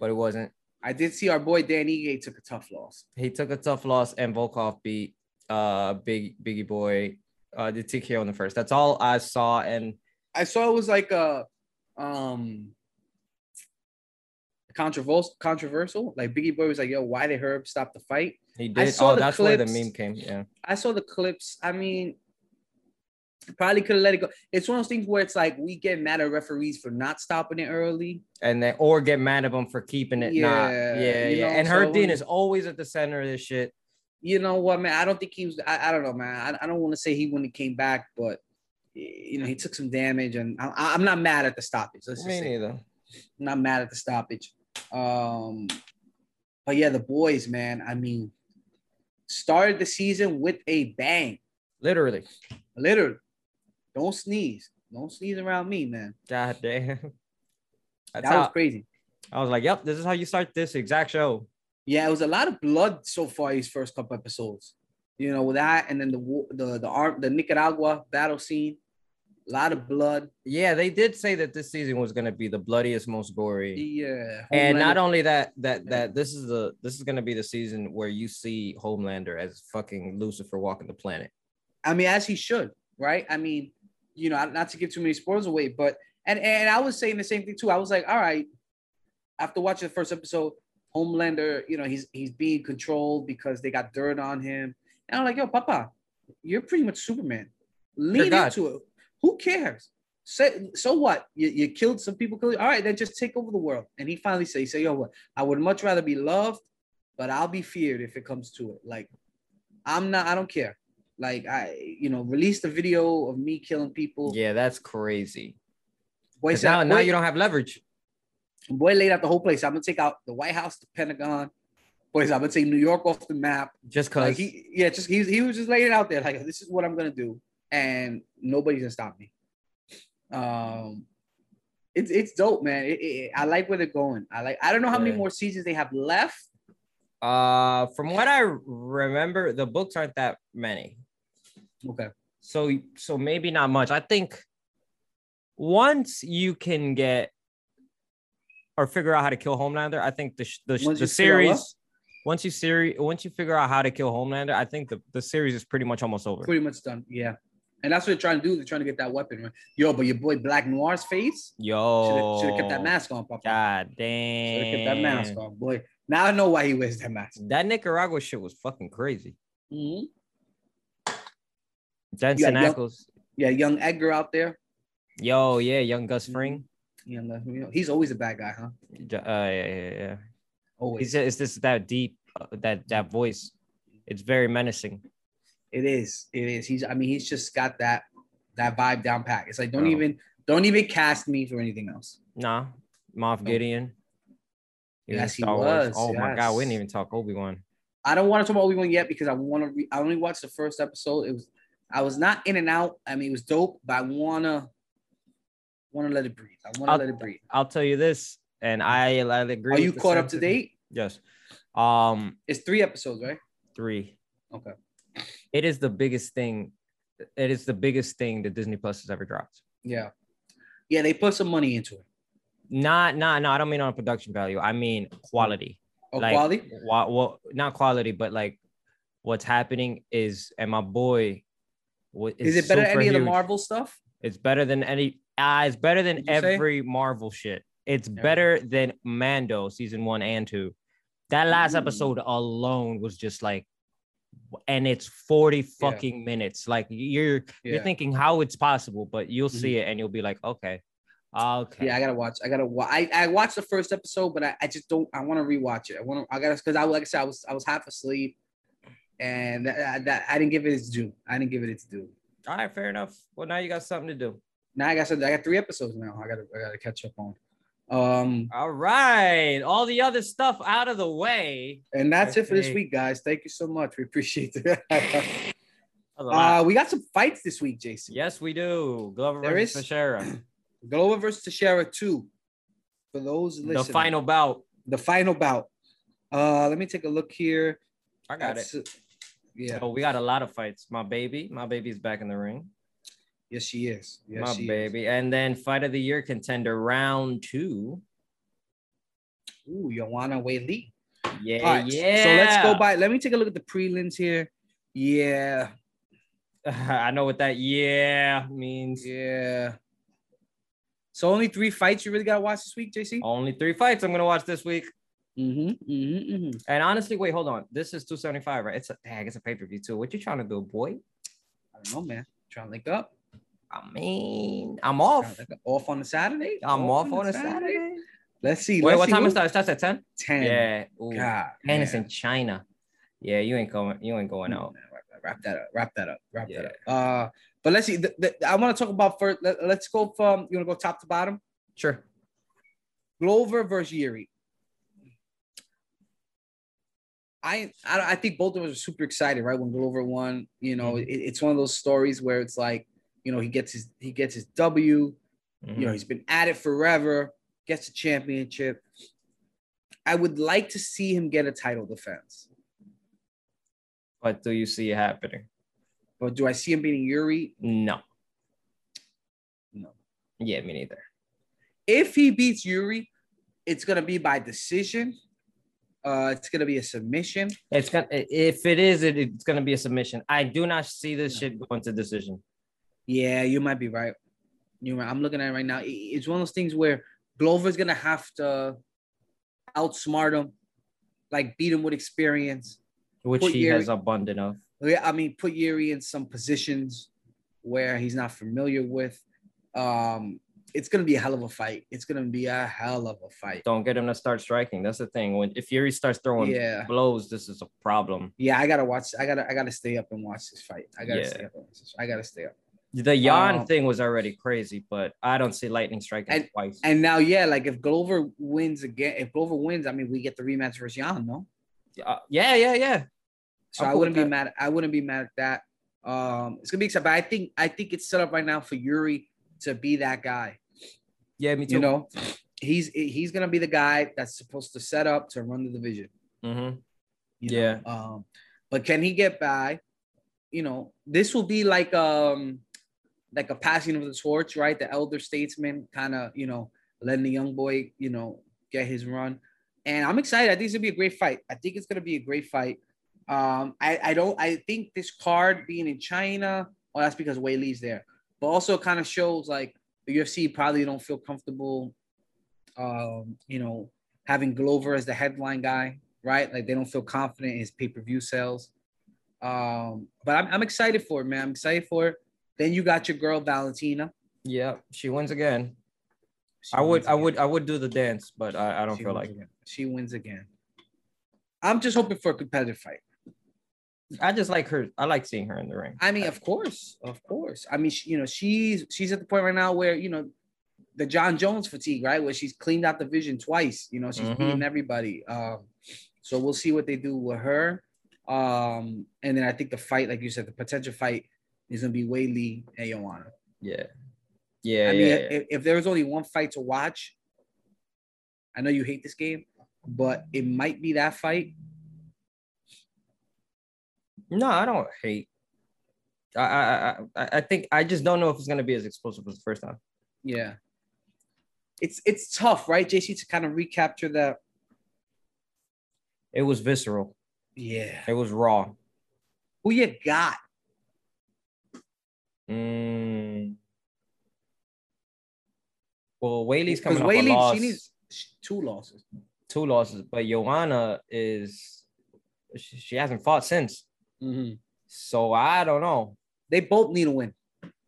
B: but it wasn't.
A: I did see our boy Dan Ige took a tough loss.
B: He took a tough loss, and Volkov beat uh Big Biggie Boy, uh the TKO in the first. That's all I saw. And
A: I saw it was like a um controversial controversial. Like Biggie Boy was like, yo, why did Herb stop the fight?
B: he did.
A: saw
B: Oh,
A: the
B: that's where the
A: clips.
B: meme came. Yeah,
A: I saw the clips. I mean, probably could have let it go. It's one of those things where it's like we get mad at referees for not stopping it early.
B: and then or get mad at him for keeping it. not.
A: Yeah,
B: yeah,
A: you
B: yeah.
A: know,
B: and
A: so
B: Herb Dean
A: when-
B: is always at the center of this shit.
A: you know what, man? I don't think he was. I, I don't know, man. I, I don't want to say he when he came back, but you know he took some damage, and I, I- I'm not mad at the stoppage. Let's just
B: Me
A: say,
B: neither.
A: I'm not mad at the stoppage. Um, but yeah, the boys, man. I mean, started the season with a bang,
B: Literally.
A: literally. Don't sneeze. Don't sneeze around me, man.
B: God damn.
A: that
B: That's how,
A: was crazy.
B: I was like, yep, this is how you start this exact show.
A: Yeah, it was a lot of blood so far. These first couple episodes, you know, with that, and then the wa- the the arm the Nicaragua battle scene, a lot of blood.
B: Yeah, they did say that this season was gonna be the bloodiest, most gory.
A: Yeah,
B: And
A: Homelander
B: not only that, that that this is the this is gonna be the season where you see Homelander as fucking Lucifer walking the planet.
A: I mean, as he should, right? I mean, you know, not to give too many spoilers away, but and and I was saying the same thing too. I was like, all right, after watching the first episode, Homelander, you know, he's he's being controlled because they got dirt on him, and I'm like, yo, Papa, you're pretty much Superman. Lean
B: God.
A: into it. Who cares? Say, so what? You, you killed some people. Killed, all right, then just take over the world. And he finally said, he said, yo, what? I would much rather be loved, but I'll be feared if it comes to it. Like, I'm not. I don't care like I, you know, release the video of me killing people.
B: Yeah, that's crazy.
A: boy,
B: 'Cause
A: said,
B: now, now
A: boy-
B: you don't have leverage.
A: boy laid out the whole place. I'm gonna take out the White House, the Pentagon. Boys, I'm gonna take New York off the map.
B: Just cause
A: Like he, yeah, just he, he was just laying it out there. Like this is what I'm gonna do, and nobody's gonna stop me. Um, it's it's dope, man. It, it- I like where they're going. I like. I don't know how many
B: Yeah.
A: more seasons they have left.
B: uh from what I remember, the books aren't that many.
A: Okay.
B: so so maybe not much i think once you can get or figure out how to kill homelander i think the sh- the, sh-
A: Once
B: the
A: you figure out what?
B: series once you series once you figure out how to kill homelander i think the, the series is pretty much almost over
A: Pretty much done. Yeah. And that's what they're trying to do. They're trying to get that weapon. Right? Yo, but your boy Black Noir's face
B: Yo.
A: should have kept that mask on, Papa.
B: Oh, God
A: Should have
B: damn.
A: kept that mask on, boy. Now I know why he wears that mask.
B: That Nicaragua shit was fucking crazy. Mm-hmm.
A: Mhm.
B: Jensen
A: young-
B: Ackles.
A: Yeah, young Edgar out there.
B: Yo, yeah, young
A: Mm-hmm.
B: Gus Fring.
A: You know, you know, he's always a bad guy, huh?
B: J- Uh, yeah, yeah, yeah.
A: Always.
B: He's it's this that deep uh, that that voice. It's very menacing.
A: It is. It is. He's. I mean, he's just got that that vibe down pat. It's like don't
B: Bro.
A: even don't even cast me for anything else.
B: Nah, Moff Gideon. He was
A: Oh.
B: in
A: Yes, he
B: Star Wars.
A: was,
B: Oh my god, we didn't
A: yes.
B: even talk Obi Wan.
A: I don't want to talk about Obi Wan yet because I want to. Re- I only watched the first episode. It was. I was not in and out. I mean, it was dope, but I wanna wanna let it breathe. I wanna
B: I'll-
A: let it breathe.
B: I'll tell you this, and I I agree.
A: Are
B: with
A: you
B: the
A: caught
B: same
A: up to
B: thing.
A: date?
B: Yes. Um,
A: It's three episodes, right?
B: three.
A: Okay.
B: It is the biggest thing. It is the biggest thing that Disney Plus has ever dropped.
A: Yeah. Yeah, they put some money into it.
B: Not, not, no. I don't mean on production value. I mean quality.
A: Oh,
B: Like,
A: quality.
B: What, what? Not quality, but like what's happening is, and my boy, what
A: Is it better than
B: super
A: any of the
B: huge.
A: Marvel stuff?
B: It's better than any. Uh, it's better than
A: What'd you say?
B: every Marvel shit. It's
A: Yeah.
B: better than Mando season one and two. That last
A: Ooh.
B: episode alone was just like, and it's forty
A: Yeah.
B: fucking minutes. Like you're
A: Yeah. Mm-hmm.
B: you're thinking how it's possible, but you'll see it and you'll be like, okay, okay,
A: Yeah, I gotta watch. I gotta watch. I, I watched the first episode, but I, I just don't. I want to rewatch it. I want to. I gotta because I like I said I was I was half asleep, and that, that I didn't give it its due. I didn't give it its due.
B: all right, fair enough. Well, now you got something to do.
A: Now I got something. I got three episodes now. I gotta I gotta catch up on. Um,
B: All right, all the other stuff out of the way.
A: and that's it for this
B: Okay.
A: week, guys. Thank you so much. We appreciate it.
B: That was a lot.
A: uh, we got some fights this week, Jason.
B: yes, we do. Glover
A: there
B: versus
A: is-
B: Teixeira,
A: Glover versus Teixeira two. For those listening,
B: the final bout.
A: the final bout. Uh, let me take a look here.
B: I got it.
A: That's- Yeah.
B: Oh, we got a lot of fights. My baby, my baby's back in the ring.
A: Yes, she is. Yes,
B: my
A: she is.
B: baby, and then fight of the year contender round two.
A: Ooh, Joanna Wei Lee.
B: Yeah,
A: All right.
B: yeah.
A: So let's go by. Let me take a look at the prelims here. Yeah.
B: I know what that yeah means.
A: Yeah. So only three fights you really gotta watch this week, JC.
B: Only three fights I'm gonna watch this week.
A: Mm-hmm, mm-hmm, mm-hmm.
B: And honestly, wait, hold on. This is 275, right? It's a tag. It's a pay per view too. What you trying to do, boy?
A: I don't know, man. Trying to link up.
B: I mean, I'm
A: Trying
B: off.
A: to link up. Off on a Saturday.
B: I'm off on a Saturday.
A: Let's see.
B: Wait,
A: let's
B: what
A: see
B: time
A: who-
B: it starts? It starts at 10?
A: Ten.
B: Yeah. Ooh.
A: God.
B: And it's
A: man.
B: in China. Yeah, you ain't going. You ain't going out.
A: Wrap that- Wrap that up. Wrap that up. Wrap that up. Uh, but let's see. The, the, I want to talk about first. Let, let's go from. You want to go top to bottom?
B: Sure.
A: Glover versus Yuri. I, I I think both of us are super excited, right? When Glover won, you know,
B: Mhm.
A: it, it's one of those stories where it's like, you know, he gets his he gets his W.
B: Mm-hmm.
A: You know, he's been at it forever, gets a championship. I would like to see him get a title defense,
B: What do you see happening?
A: but do I see him beating Yuri?
B: No.
A: No.
B: Yeah, me neither.
A: If he beats Yuri, it's gonna be by decision. Uh, it's gonna be a submission.
B: It's gonna if it is, it, it's gonna be a submission. I do not see this shit going to decision.
A: Yeah, you might be right. You right. I'm looking at it right now. I- I- It's one of those things where Glover's gonna have to outsmart him, like beat him with experience.
B: Which
A: What
B: he
A: year-
B: has abundant of.
A: Yeah, I mean, put Yuri in some positions where he's not familiar with. Um, it's gonna be a hell of a fight. It's gonna be a hell of a fight.
B: Don't get him to start striking. That's the thing. When if Fury starts throwing
A: Yeah.
B: blows, this is a problem.
A: Yeah, I gotta watch. I gotta. I gotta stay up and watch this fight. I gotta
B: Yeah.
A: stay up. And watch this. I gotta stay up.
B: The yawn
A: Um,
B: thing was already crazy, but I don't see lightning striking
A: And-
B: twice.
A: And now, yeah, like if Glover wins again, if Glover wins, I mean, we get the rematch versus Jan, no?
B: Uh, yeah, yeah, yeah.
A: So
B: I'm
A: I
B: cool
A: wouldn't
B: with
A: be mad. I wouldn't be mad at that. Um, it's gonna be exciting. But I think I think it's set up right now for Yuri to be that guy.
B: Yeah, me too.
A: You know, he's he's gonna be the guy that's supposed to set up to run the division.
B: Mhm.
A: You
B: Yeah.
A: Know? Um, but can he get by? You know, this will be like um like a passing of the torch, right? The elder statesman kind of you know letting the young boy you know get his run. And I'm excited. I think it's gonna be a great fight. I think it's gonna be a great fight. Um, I, I don't I think this card being in China, oh, that's because Way Lee's there. But also, it kind of shows like the UFC probably don't feel comfortable, um, you know, having Glover as the headline guy, right? Like they don't feel confident in his pay per view sales. Um, but I'm, I'm excited for it, man. I'm excited for it. Then you got your girl Valentina.
B: Yeah, she wins again.
A: She
B: I would,
A: wins
B: I
A: again.
B: would, I would do the dance, but I, I don't
A: She
B: feel
A: wins
B: like.
A: again. she wins again. I'm just hoping for a competitive fight.
B: I just like her. I like seeing her in the ring.
A: I mean, of course, of course. I mean, she, you know, she's she's at the point right now where you know the John Jones fatigue, right? Where she's cleaned out the vision twice. You know, she's
B: Mhm.
A: beating everybody. Um, so we'll see what they do with her. Um, and then I think the fight, like you said, the potential fight is gonna be Whaley and Joanna.
B: Yeah, yeah,
A: I mean,
B: yeah. yeah.
A: If, if there was only one fight to watch, I know you hate this game, but it might be that fight.
B: no, I don't hate. I, I, I- I, I think I just don't know if it's gonna be as explosive as the first time.
A: Yeah. It's it's tough, right, JC, to kind of recapture that.
B: It was visceral.
A: Yeah.
B: It was raw.
A: Who you got?
B: Mm. Well, Whaley's
A: Because
B: coming off
A: Whaley,
B: a loss,
A: she needs sh- two losses.
B: two losses, but Joanna is she, she hasn't fought since. Mm-hmm. So I don't know.
A: They both need a win.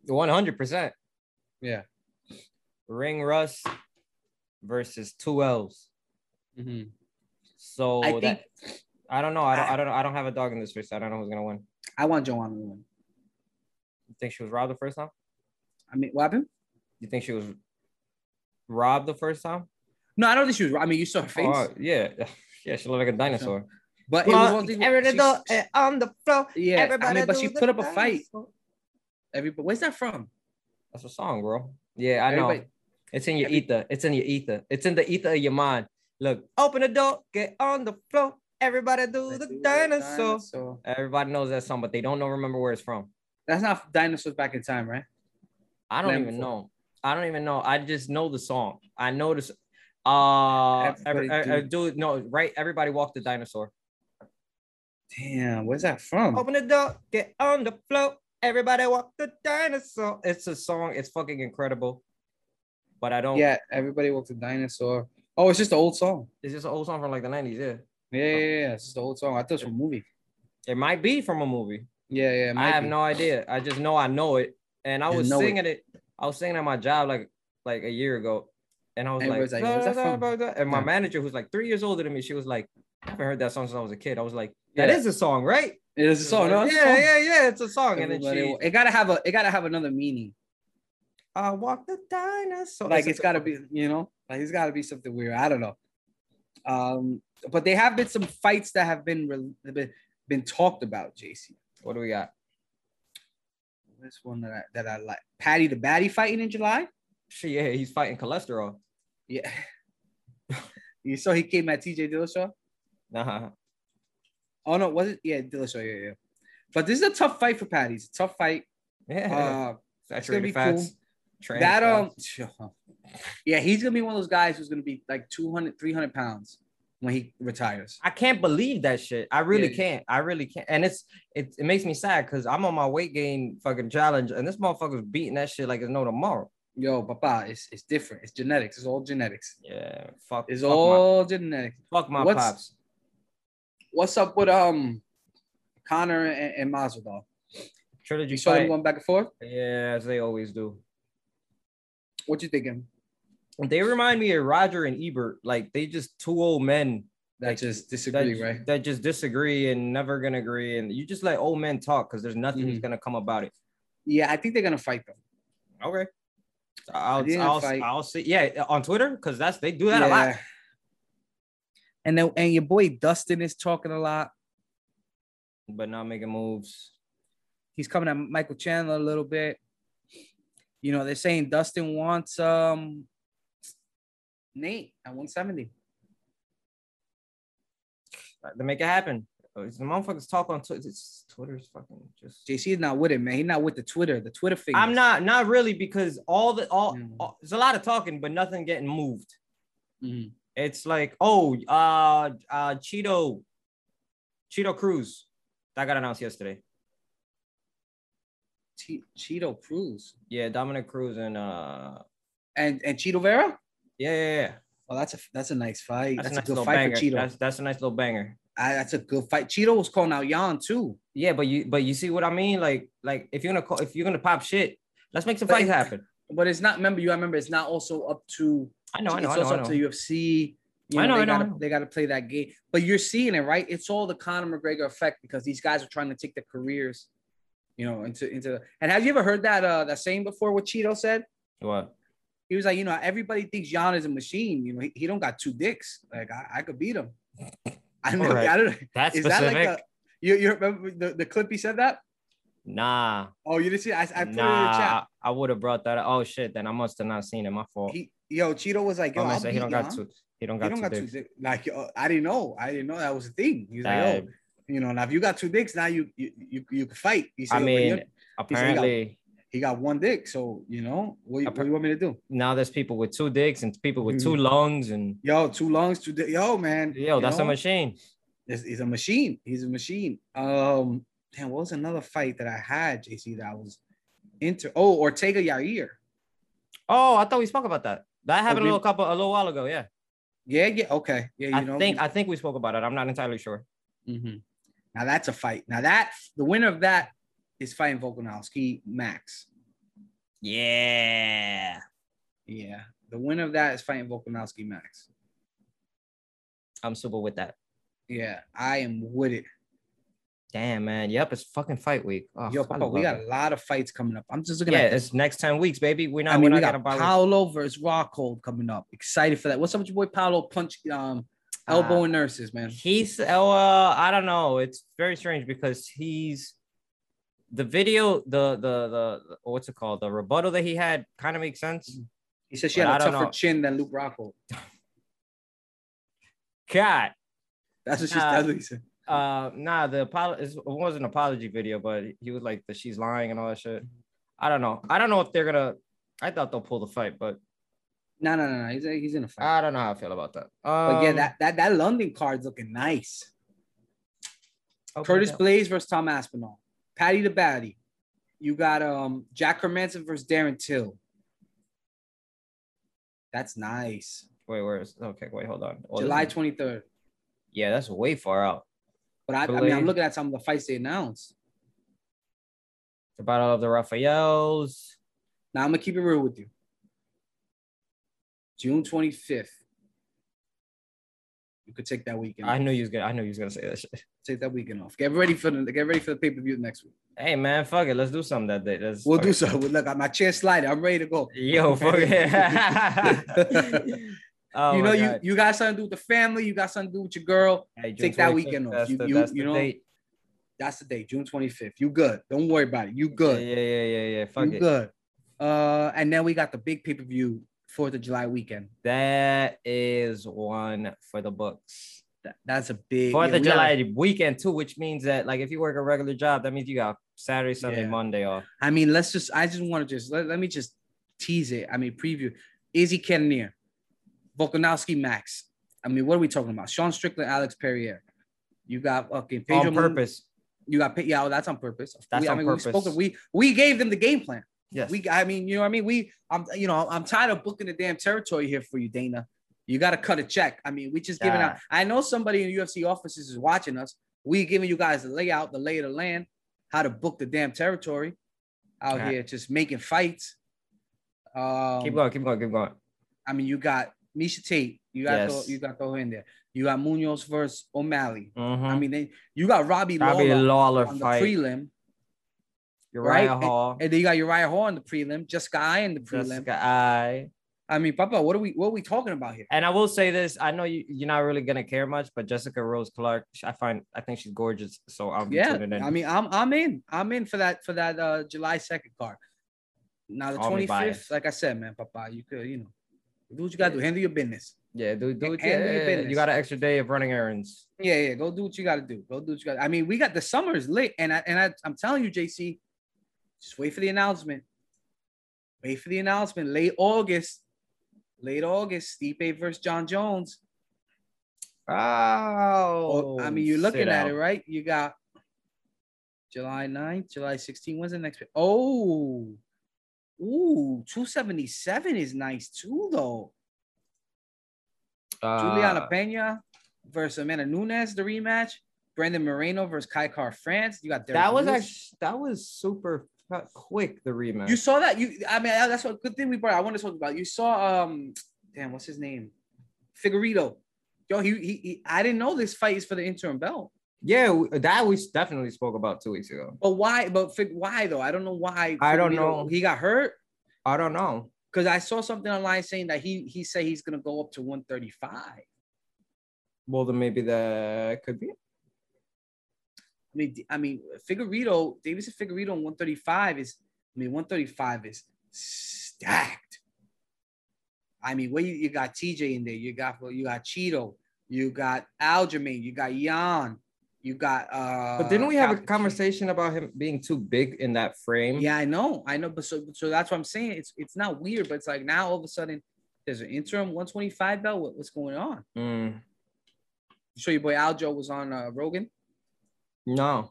B: One hundred percent.
A: Yeah.
B: Ring Russ versus two L's. So
A: I
B: Mm-hmm. that,
A: think-
B: I don't know. I don't.
A: I-
B: I, don't. know. I don't have a dog in this race. I don't know who's gonna win.
A: I want Joanna to win.
B: You think she was robbed the first time?
A: I mean, what happened?
B: You think she was robbed the first time?
A: No, I don't think she was. I mean, you saw her face,
B: Oh, yeah, yeah. She looked like a dinosaur.
A: but it was
B: Well,
A: one thing.
B: everybody
A: she-
B: do- eh, on the floor.
A: yeah, I mean, but
B: do
A: she
B: the
A: put up a fight.
B: dinosaur.
A: Everybody, where's that from?
B: That's a song, bro. Yeah, I know.
A: Everybody-
B: It's in your
A: every-
B: ether. It's in your ether. It's in the ether of your mind. Look, open the door, get on the floor. Everybody do the dinosaur.
A: Dinosaur.
B: Everybody knows that song, but they don't know remember where it's from.
A: That's not dinosaurs back in time, right?
B: I don't
A: Lamb
B: even
A: Fo-
B: know. I don't even know. I just know the song. I know this. Uh, every,
A: Everybody
B: uh, dude, no, right? Everybody walk the dinosaur.
A: Damn, where's that from?
B: Open the door, get on the floor. Everybody walk the dinosaur. It's a song. It's fucking incredible. But I don't.
A: yeah, everybody walked a dinosaur. Oh, it's just an old song.
B: It's just an old song from like the nineties. Yeah,
A: Yeah,
B: Oh.
A: yeah, yeah, yeah. It's just an old song. I thought it was from a movie.
B: it might be from a movie.
A: Yeah, yeah. it
B: I
A: might
B: have
A: be.
B: no idea. I just know I know it, and I
A: You
B: was
A: know it.
B: singing it. I was singing at my job like like a year ago, and I was
A: And
B: like,
A: everybody's like,
B: "Da,
A: "Where's that
B: da,
A: from?"
B: da, da," and my
A: Yeah.
B: manager who's like three years older than me, she was like, "I haven't heard that song since I was a kid." I was like, "That is
A: Yeah.
B: a song, right?"
A: It is a
B: She was
A: song. No,
B: like,
A: it's a
B: yeah,
A: song.
B: yeah, yeah, it's a song. And then
A: Everybody
B: she,
A: wa- it gotta have a it gotta have another meaning.
B: I walk the dinosaur.
A: Like it's gotta be, you know, like it's gotta be something weird. I don't know. Um, but there have been some fights that have been re- been, been talked about, JC.
B: What do we got?
A: This one that I, that I like, Patty the Batty fighting in July.
B: She, yeah, he's fighting cholesterol.
A: Yeah, you saw he came at TJ Dillashaw. Uh,
B: Nah,
A: Oh no, was it? Yeah, Dillashaw. Yeah, yeah. But this is a tough fight for Patty. It's a tough fight.
B: yeah,
A: Uh,
B: saturated
A: be
B: fats.
A: cool.
B: trans
A: that um
B: fats.
A: yeah he's gonna be one of those guys who's gonna be like 200 300 pounds when he retires
B: I can't believe that shit. I really
A: Yeah.
B: can't. I really can't. And it's it, it makes me sad because I'm on my weight gain fucking challenge, and this motherfucker's beating that shit like it's no tomorrow.
A: yo papa it's, it's different it's genetics it's all genetics
B: Yeah, fuck.
A: it's
B: fuck
A: all genetics
B: My, fuck my
A: what's-
B: pops.
A: what's up with um connor and, and Masvidal?
B: Trilogy
A: you saw them
B: fight.
A: going back and forth
B: Yeah, as they always do.
A: what you thinking
B: They remind me of Roger and Ebert. Like they just two old men
A: that
B: Like,
A: just
B: that,
A: disagree right
B: that just disagree and never gonna agree. And you just let old men talk because there's nothing
A: Mm-hmm.
B: that's gonna come about it.
A: yeah i think they're gonna fight them
B: Okay. I'll
A: didn't
B: I'll,
A: fight.
B: I'll see. Yeah, on Twitter because that's they do that a lot.
A: and then and your boy dustin is talking a lot
B: But not making moves.
A: he's coming at Michael Chandler a little bit. You know, they're saying Dustin wants um Nate at 170.
B: to make it happen. Uh, The motherfuckers talk on Twitter. It's, Twitter's fucking just.
A: JC is not with it, man. He's not with the Twitter, the Twitter thing.
B: I'm not, not really, because all the all,
A: Mm.
B: all- there's a lot of talking, but nothing getting moved.
A: Mm-hmm.
B: It's like, oh, uh, uh, Cheeto, Cheeto Cruz, that got announced yesterday.
A: T- Cheeto Cruz
B: Yeah, Dominic Cruz and uh,
A: and and Cheeto Vera.
B: yeah, yeah, yeah.
A: Oh, that's a that's a nice fight.
B: That's,
A: That's,
B: a nice
A: a good
B: little
A: fight
B: banger.
A: for Cheeto.
B: That's that's a nice little banger.
A: I, that's a good fight. Cheeto was calling out Jan too.
B: Yeah, but you but you see what I mean? Like like if you're gonna call, if you're gonna pop shit, let's make some
A: But
B: fights
A: it-
B: happen.
A: But it's not. Remember, you. got to Remember, it's not also up to.
B: I know, I know,
A: it's
B: I know,
A: also
B: I
A: up
B: know.
A: to UFC. You know,
B: I know,
A: they
B: I know, I
A: gotta
B: know.
A: they gotta play that game. But you're seeing it, right? It's all the Conor McGregor effect because these guys are trying to take their careers, you know, into into. The, and have you ever heard that uh that saying before? What Cheeto said?
B: What?
A: He was like, you know, everybody thinks Jan is a machine. You know, he, he don't got two dicks. Like I, I could beat him. I know.
B: Alright.
A: I don't.
B: That's
A: Is
B: specific.
A: that like a? You, you remember the, the clip he said that?
B: nah,
A: Oh, you didn't see? It? I, I put it in the chat.
B: nah. I would have brought that. Up. Oh shit! Then I must have not seen it. My fault.
A: he yo Cheeto was like, yo,
B: I'm
A: I'll
B: gonna say
A: beat
B: he don't got
A: Jan.
B: two. He don't
A: He
B: got
A: don't
B: two
A: got two
B: dicks.
A: dicks. Like yo, I didn't know. I didn't know that was a thing. He was like,
B: Uh,
A: oh, you know, now if you got two dicks, now you you you, you can fight. He said,
B: I
A: "Yo, but
B: mean,
A: he-
B: apparently
A: he got one dick, so you know what, you- what you want me to do?
B: now there's people with two dicks and people with two lungs and
A: Yo, two lungs, two di- yo, man.
B: yo,
A: Mm-hmm. you
B: that's a
A: know?
B: machine.
A: He's, he's a machine. He's a machine. Um, damn, what was another fight that I had, JC, that I was into? Oh, Ortega Yair.
B: Oh, I thought we spoke about that. That happened a
A: we-
B: little couple a little while ago. Yeah,
A: Yeah, yeah, okay, yeah. You
B: I
A: know,
B: think I think we spoke about it. I'm not entirely sure.
A: Mhm. Now that's a fight. Now that the winner of that is fighting Volkanovski Max.
B: Yeah,
A: Yeah, the winner of that is fighting Volkanovski Max.
B: I'm super with that.
A: Yeah, I am with it.
B: Damn, man. Yep, it's fucking fight week. Oh,
A: Yo,
B: I
A: Papa, we
B: love
A: got
B: it.
A: a lot of fights coming up. I'm just looking
B: Yeah,
A: at.
B: it's next ten weeks, baby. We're not.
A: I mean,
B: we're
A: we
B: not gonna
A: got
B: buy.
A: Paolo versus Rockhold coming up. Excited for that. What's up with your boy Paolo? Punch um,
B: Ah.
A: elbow and nurses, man.
B: He's oh, uh, I don't know. It's very strange because he's the video, the the the what's it called? The rebuttal that he had kind of makes sense.
A: He says she
B: but
A: had
B: I
A: a
B: don't
A: tougher
B: know.
A: chin than Luke Rockhold. Mm-hmm.
B: God,
A: That's what she's.
B: Nah.
A: that's what he said.
B: uh, nah, the apolo- it was an apology video, but he was like the she's lying and all that shit.
A: Mm-hmm.
B: I don't know. I don't know if they're gonna. I thought they'll pull the fight, but
A: No, no, no, no. He's he's in a fight.
B: I don't know how I feel about that. Um,
A: but yeah, that that that London card's looking nice.
B: okay,
A: Curtis
B: yeah.
A: Blaze versus Tom Aspinall. Patty the Batty. You got um Jack Hermanson versus Darren Till. That's nice.
B: Wait, where is? Okay, wait, hold on. Oh, this
A: July
B: is-
A: 23rd.
B: Yeah, that's way far out.
A: But I, I mean,
B: Blaze.
A: I'm looking at some of the fights they announced.
B: The Battle of the Raphaels.
A: Now I'm gonna keep it real with you. June 25th. You could take that weekend.
B: I knew you was gonna. I knew you was gonna say that shit.
A: take that weekend off. Get ready for the get ready for the pay per view next week.
B: Hey man, fuck it. Let's do something that day. Let's
A: We'll
B: fuck
A: do
B: it.
A: so. Look, my chair sliding. I'm ready to go.
B: Yo, fuck it. oh,
A: you know,
B: my
A: you,
B: God.
A: you got something to do with the family. You got something to do with your girl.
B: Hey, June
A: take that
B: 25th,
A: weekend off.
B: that's
A: You-
B: the-
A: you-
B: that's
A: you
B: the
A: know,
B: date.
A: That's the day, June 25th. You good. Don't worry about it. You good.
B: Yeah, yeah, yeah, yeah. Fuck
A: you
B: it.
A: good. Uh, and then we got the big pay per view, 4th of July weekend.
B: That is one for the books.
A: That, that's a big
B: Fourth
A: yeah,
B: of
A: we gotta-
B: July weekend too, which means that like if you work a regular job, that means you got Saturday, Sunday,
A: Yeah.
B: Monday off.
A: I mean, let's just, I just want to just, let, let me just tease it. I mean, preview Izzy Cannonier, Volkanovski Max. I mean, what are we talking about? Sean Strickland, Alex Perrier. You got fucking Pedro
B: on
A: Mun-
B: purpose.
A: You got, Pe- yeah, well, that's on purpose.
B: That's
A: we, I
B: on
A: mean, We, spoke,
B: purpose.
A: we, we gave them the game plan.
B: Yes.
A: We, I mean, you know what I mean. We, I'm, you know, I'm tired of booking the damn territory here for you, Dana. You got to cut a check. I mean, we just giving out.
B: Yeah.
A: I know somebody in UFC offices is watching us. We giving you guys the layout, the lay of the land, how to book the damn territory out
B: Yeah.
A: here, just making fights. Um,
B: keep going, keep going, keep going.
A: I mean, you got Misha Tate. You got
B: Yes.
A: to, you got to throw her in there. You got Munoz versus O'Malley.
B: Mhm.
A: I mean, then you got Robbie,
B: Robbie
A: Lawler,
B: Lawler
A: on the
B: fight.
A: prelim,
B: Uriah
A: right?
B: Hall.
A: and then you got Uriah Hall in the prelim, Jessica I in the prelim.
B: Jessica I.
A: I mean, Papa, what are we what are we talking about here?
B: And I will say this: I know you, you're not really gonna care much, but Jessica Rose Clark, sh- I find I think she's gorgeous, so I'll be
A: Yeah,
B: tuning in.
A: I mean, I'm I'm in. I'm in for that for that uh July 2nd card. Now the
B: Call me
A: 25th,
B: biased.
A: like I said, man, Papa, you could, you know, do what you gotta do, handle your business.
B: yeah, dude,
A: Ha-
B: dude, yeah,
A: handle your
B: yeah, yeah.
A: business.
B: you got an extra day of running errands.
A: Yeah, yeah, go do what you gotta do. Go do what you gotta. I mean, we got the summer's lit, and I and I I'm telling you, JC, just wait for the announcement. Wait for the announcement. Late August. Late August, Stipe versus John Jones.
B: Oh,
A: Well, I mean, you're looking
B: sit
A: at
B: out.
A: it, right? You got July 9th, July 16th. When's the next? pa- Oh, ooh, 277 is nice too, though.
B: Uh,
A: Juliana Pena versus Amanda Nunes, the rematch. Brandon Moreno versus Kai Car France. You got Derrick
B: that was
A: Lewis.
B: actually that was super fu- quick. The rematch.
A: You saw that? You, I mean, that's what good thing we brought. I want to talk about. You saw, um, damn, what's his name? Figueredo. Yo, he, he, he I didn't know this fight is for the interim belt.
B: yeah, w- that we s- definitely spoke about two weeks ago.
A: But why? But fig, why though? I don't know why.
B: I don't
A: Figueiredo-
B: know.
A: He got hurt
B: I don't know.
A: because I saw something online saying that he he said he's gonna go up to 135. I
B: Well, then maybe that could be.
A: mean, D- I mean, Figueredo, Davidson Figueredo on 135 is. I mean, 135 is stacked. I mean, where you, you got TJ in there, you got you got Cheeto, you got Aljamain, you got Jan, you got. uh
B: But didn't we have a
A: Cal-
B: conversation about him being too big in that frame?
A: Yeah, I know, I know, but so so that's what I'm saying. It's it's not weird, but it's like now all of a sudden there's an interim 125 belt. What, what's going on?
B: Mm,
A: You sure your boy Aljo was on uh, Rogan?
B: no,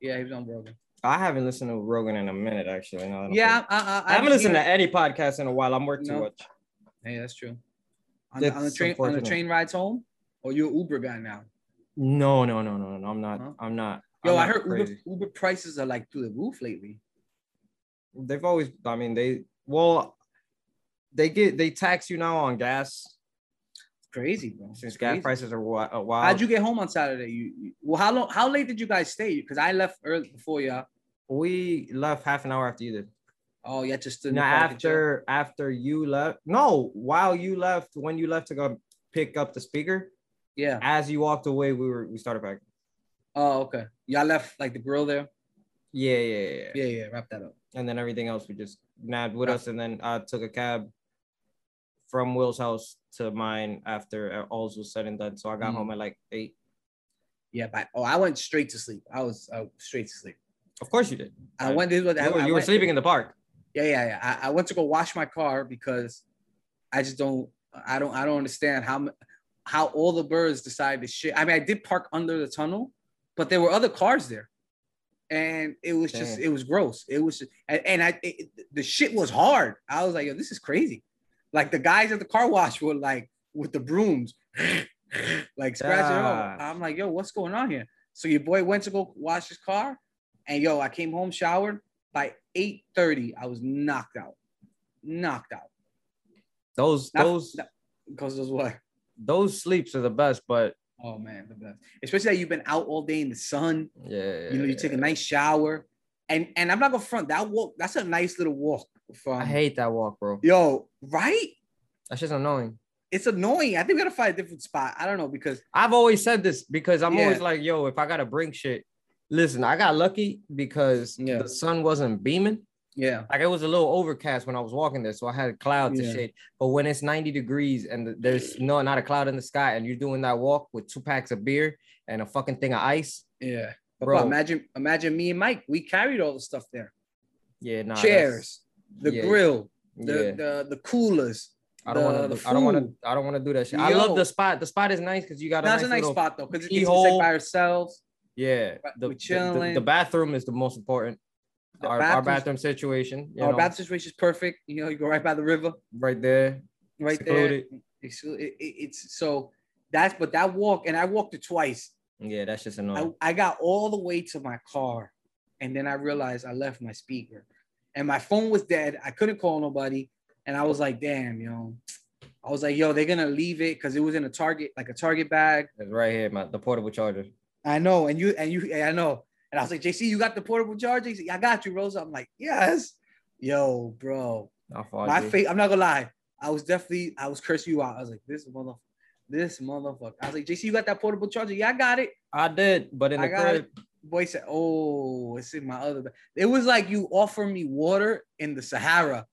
A: Yeah, he was on Rogan.
B: I haven't listened to Rogan in a minute. Actually, now that I'm
A: Yeah, I, I,
B: I haven't listened to any podcast in a while. I'm working too
A: No.
B: much.
A: Hey, that's true. On, the- on the
B: That's
A: train on the
B: unfortunate.
A: train rides home, or you're an Uber guy now?
B: No, no, no, no, no. I'm not.
A: Huh?
B: I'm not.
A: Yo,
B: I'm
A: I
B: not
A: heard Uber,
B: crazy.
A: Uber prices are like through the roof lately.
B: they've always. I mean, they well, they get they tax you now on gas
A: It's crazy, bro.
B: since
A: It's
B: gas
A: crazy.
B: prices are wild. wild.
A: How'd you get home on Saturday? You, you well, how long? How late did you guys stay? Because I left early before y'all.
B: we left half an hour after you did.
A: Oh, yeah, just stood in
B: No,
A: the park and chill.
B: after after you left. No, while you left, when you left to go pick up the speaker,
A: Yeah.
B: as you walked away, we were we started back.
A: Oh, okay. Y'all left like the grill there.
B: Yeah, yeah, yeah. yeah.
A: Yeah, yeah. Wrap that up.
B: And then everything else we just nabbed with
A: Yeah.
B: us, and then I took a cab from Will's house to mine after all was said and done. So I got
A: Mhm.
B: home at like eight.
A: Yeah, but oh, I went straight to sleep. I was uh, straight to sleep.
B: Of course you did.
A: I
B: Right.
A: went. This was,
B: You,
A: I,
B: were-
A: I
B: you were
A: went-
B: sleeping in the park.
A: Yeah, yeah, yeah. I, I went to go wash my car because I just don't, I don't, I don't understand how m- how all the birds decided to shit. I mean, I did park under the tunnel, but there were other cars there, and it was just,
B: Damn.
A: it was gross. It was, and, and I, it, it- the shit was hard. I was like, yo, this is crazy. Like the guys at the car wash were like with the brooms, like scratching it off.
B: Yeah.
A: I'm like, yo, what's going on here? So your boy went to go wash his car, and yo, I came home showered by 8:30, I was knocked out. Knocked out.
B: Those
A: Not-
B: those
A: not- Because those what?
B: those sleeps are the best, but
A: Oh man, the best. Especially that you've been out all day in the sun.
B: yeah,
A: You know, you take a nice shower. And and I'm not gonna front that walk, that's a nice little walk from
B: I hate that walk, bro.
A: yo, right?
B: That's just annoying.
A: It's annoying. I think we gotta find a different spot. I don't know because
B: I've always said this because I'm
A: Yeah.
B: always like, yo, if I gotta bring shit, listen, I got lucky because
A: Yeah.
B: the sun wasn't beaming.
A: yeah,
B: Like it was a little overcast when I was walking there, so I had clouds
A: Yeah.
B: and shit. But when it's 90 degrees and th- there's no not a cloud in the sky, and you're doing that walk with two packs of beer and a fucking thing of ice,
A: yeah. Bro,
B: bro.
A: imagine imagine me and Mike. We carried all the stuff there.
B: yeah, nah, that's-
A: Chairs, the
B: yeah,
A: grill, the,
B: yeah.
A: the the coolers.
B: I don't
A: the-
B: want
A: the
B: to. I don't want
A: food.
B: to. I don't want to do that shit. I love
A: Yo.
B: the spot. The spot is nice because you got a
A: That's a nice
B: little-
A: spot though, because it's, it's like
B: keyhole.
A: by ourselves.
B: Yeah,
A: But
B: the,
A: we're
B: the- the- the
A: chilling.
B: bathroom is the most important.
A: The
B: our, our
A: bathroom's-
B: bathroom situation, you
A: Our
B: know,
A: bathroom situation is perfect. You know, you go right by the river,
B: right there,
A: right
B: secluded.
A: there. It's, it- it's so that's but that walk, and I walked it twice.
B: Yeah, that's just annoying.
A: I, I got all the way to my car, and then I realized I left my speaker, and my phone was dead. I couldn't call nobody, and I was like, damn, you know. I was like, yo, they're gonna leave it because it was in a Target, like a Target bag.
B: it's right here, my the portable charger.
A: I know, and you and you, yeah, I know. And I was like, JC, you got the portable charger? He's like, "Yeah, I got you, Rosa. I'm like, yes. Yo, bro,
B: I fall
A: my
B: asleep.
A: face. I'm not gonna lie. I was definitely. I was cursing you out. I was like, this motherfucker. This motherfucker. I was like, JC, you got that portable charger? Yeah, I got it.
B: I did, but in
A: I
B: the
A: got
B: crib,
A: Boy said, oh, it's in my other. Bag. It was like you offer me water in the Sahara,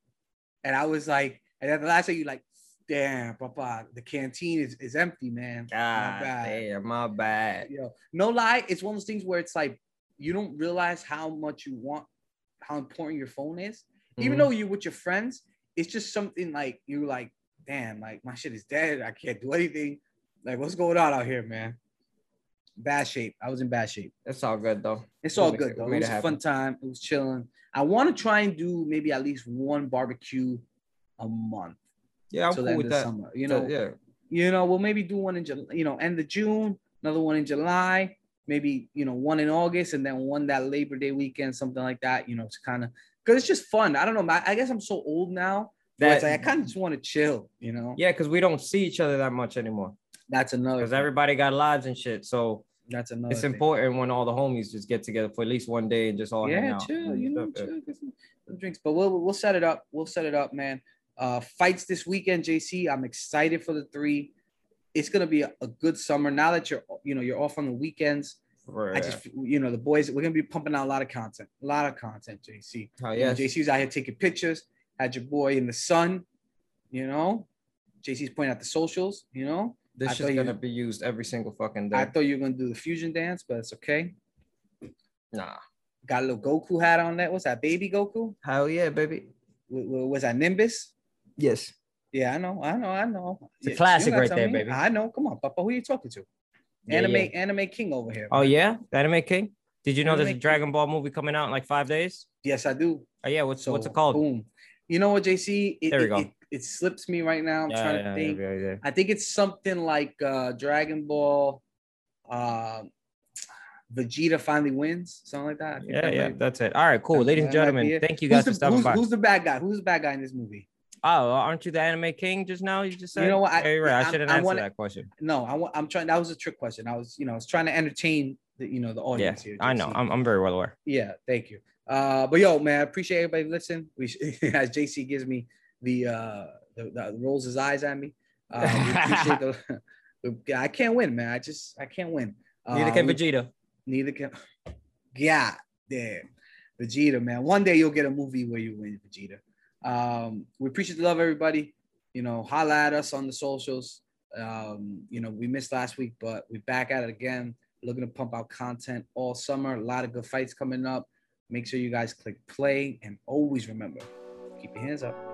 A: and I was like, and then the last thing you like, damn, papa, the canteen is, is empty, man.
B: God
A: my bad.
B: damn, my bad.
A: Yo, no lie, it's one of those things where it's like you don't realize how much you want, how important your phone is even
C: Mm-hmm.
B: Mhm.
A: though you're with your friends, it's just something like you're like, damn, like my shit is dead. I can't do anything. Like, what's going on out here, man? bad shape. I was in bad shape.
C: It's all good though.
A: It's
C: We
A: all
C: made it-
A: good
C: we
A: though.
C: made
A: It
C: it
A: was a fun time. It was chilling. I want to try and do maybe at least one barbecue a month
C: Yeah, I'm
A: till the
C: cool
A: end
C: with
A: of
C: that.
A: summer. You know,
C: yeah,
A: you know, we'll maybe do one in July, you know, end of June, another one in July, maybe, you know, one in August, and then one that Labor Day weekend, something like that, you know, to kind of because it's just fun. I don't know. man, I guess I'm so old now that
C: that
A: it's like I kind of just want to chill, you know.
C: yeah, because we don't see each other that much anymore
A: That's another
C: because everybody got lives and shit. So
A: that's another
C: it's
A: thing.
C: important when all the homies just get together for at least one day and just all hang
A: Yeah,
C: out. Mm-hmm.
A: chill,
C: and
A: you know,
C: stuff, yeah.
A: chill, get some, some drinks. But we'll we'll set it up. We'll set it up, man. Uh fights this weekend, JC. I'm excited for the three. It's gonna be a, a good summer. Now that you're you know you're off on the weekends.
C: For,
A: I just, you know, the boys, we're gonna be pumping out a lot of content, a lot of content, JC.
C: oh,
A: You know,
C: yeah,
A: JC's out here taking pictures, had your boy in the sun, you know. JC's pointing out the socials, you know. I
C: this
A: thought
C: is
A: you-
C: gonna be used every single fucking
A: I
C: day.
A: thought you were gonna do the fusion dance, but it's okay.
C: Nah,
A: Got a little Goku hat on that. What's that, baby Goku?
C: hell yeah, baby.
A: W- w- Was that Nimbus?
C: Yes,
A: Yeah, I know, I know, I know.
B: It's a
A: Yeah, you
B: classic
A: gotta
B: right
A: tell
B: there,
A: me.
B: baby.
A: I know. Come on, Papa. Who you talking to?
B: Yeah,
A: anime,
B: yeah. Uh,
A: anime king over here.
C: Oh yeah, Anime King.
B: Did you know there's a
A: Anime-
B: Dragon Ball movie coming out in like five days?
A: Yes, I do.
B: Oh yeah, what's
A: So
B: what's it called?
A: Boom. You know what, JC? It,
B: There we
A: it-
B: go.
A: It, it slips me right now. I'm
B: Yeah,
A: trying to
B: yeah,
A: think.
B: yeah, yeah, yeah.
A: I think it's something like uh, Dragon Ball. Um, Vegeta finally wins, something like that. I think
B: Yeah,
A: that
B: yeah,
A: might-
B: that's it. All right, cool,
A: that-
B: ladies and
A: that might be
B: gentlemen.
A: it.
B: Thank you
A: Who's
B: guys
A: the,
B: for stopping
A: who's,
B: by.
A: who's the bad guy? Who's the bad guy in this movie?
B: Oh, aren't you the anime king just now? You just
A: You
B: said.
A: know what, I-
B: Yeah, you're right. I
A: I'm-
B: shouldn't
A: I
B: answer
A: wanna-
B: that question.
A: No, I, wa- I'm trying. That was a trick question. I was, you know, I was trying to entertain the, you know, the
B: Yeah,
A: audience here.
B: I know.
A: JC.
B: I'm, I'm very well aware.
A: yeah, thank you. Uh, but yo, man, I appreciate everybody listening. We, sh- as JC gives me the, uh, the, the rolls his eyes at me. Uh, we appreciate the, I can't win, man. I just, I can't win.
B: Neither
A: Uh,
B: can
A: we-
B: Vegeta.
A: Neither can. God damn, Vegeta, man. One day you'll get a movie where you win, Vegeta. Um, we appreciate the love, everybody. You know, holla at us on the socials. Um, you know, we missed last week, but we're back at it again. Looking to pump out content all summer. A lot of good fights coming up. Make sure you guys click play and always remember keep your hands up.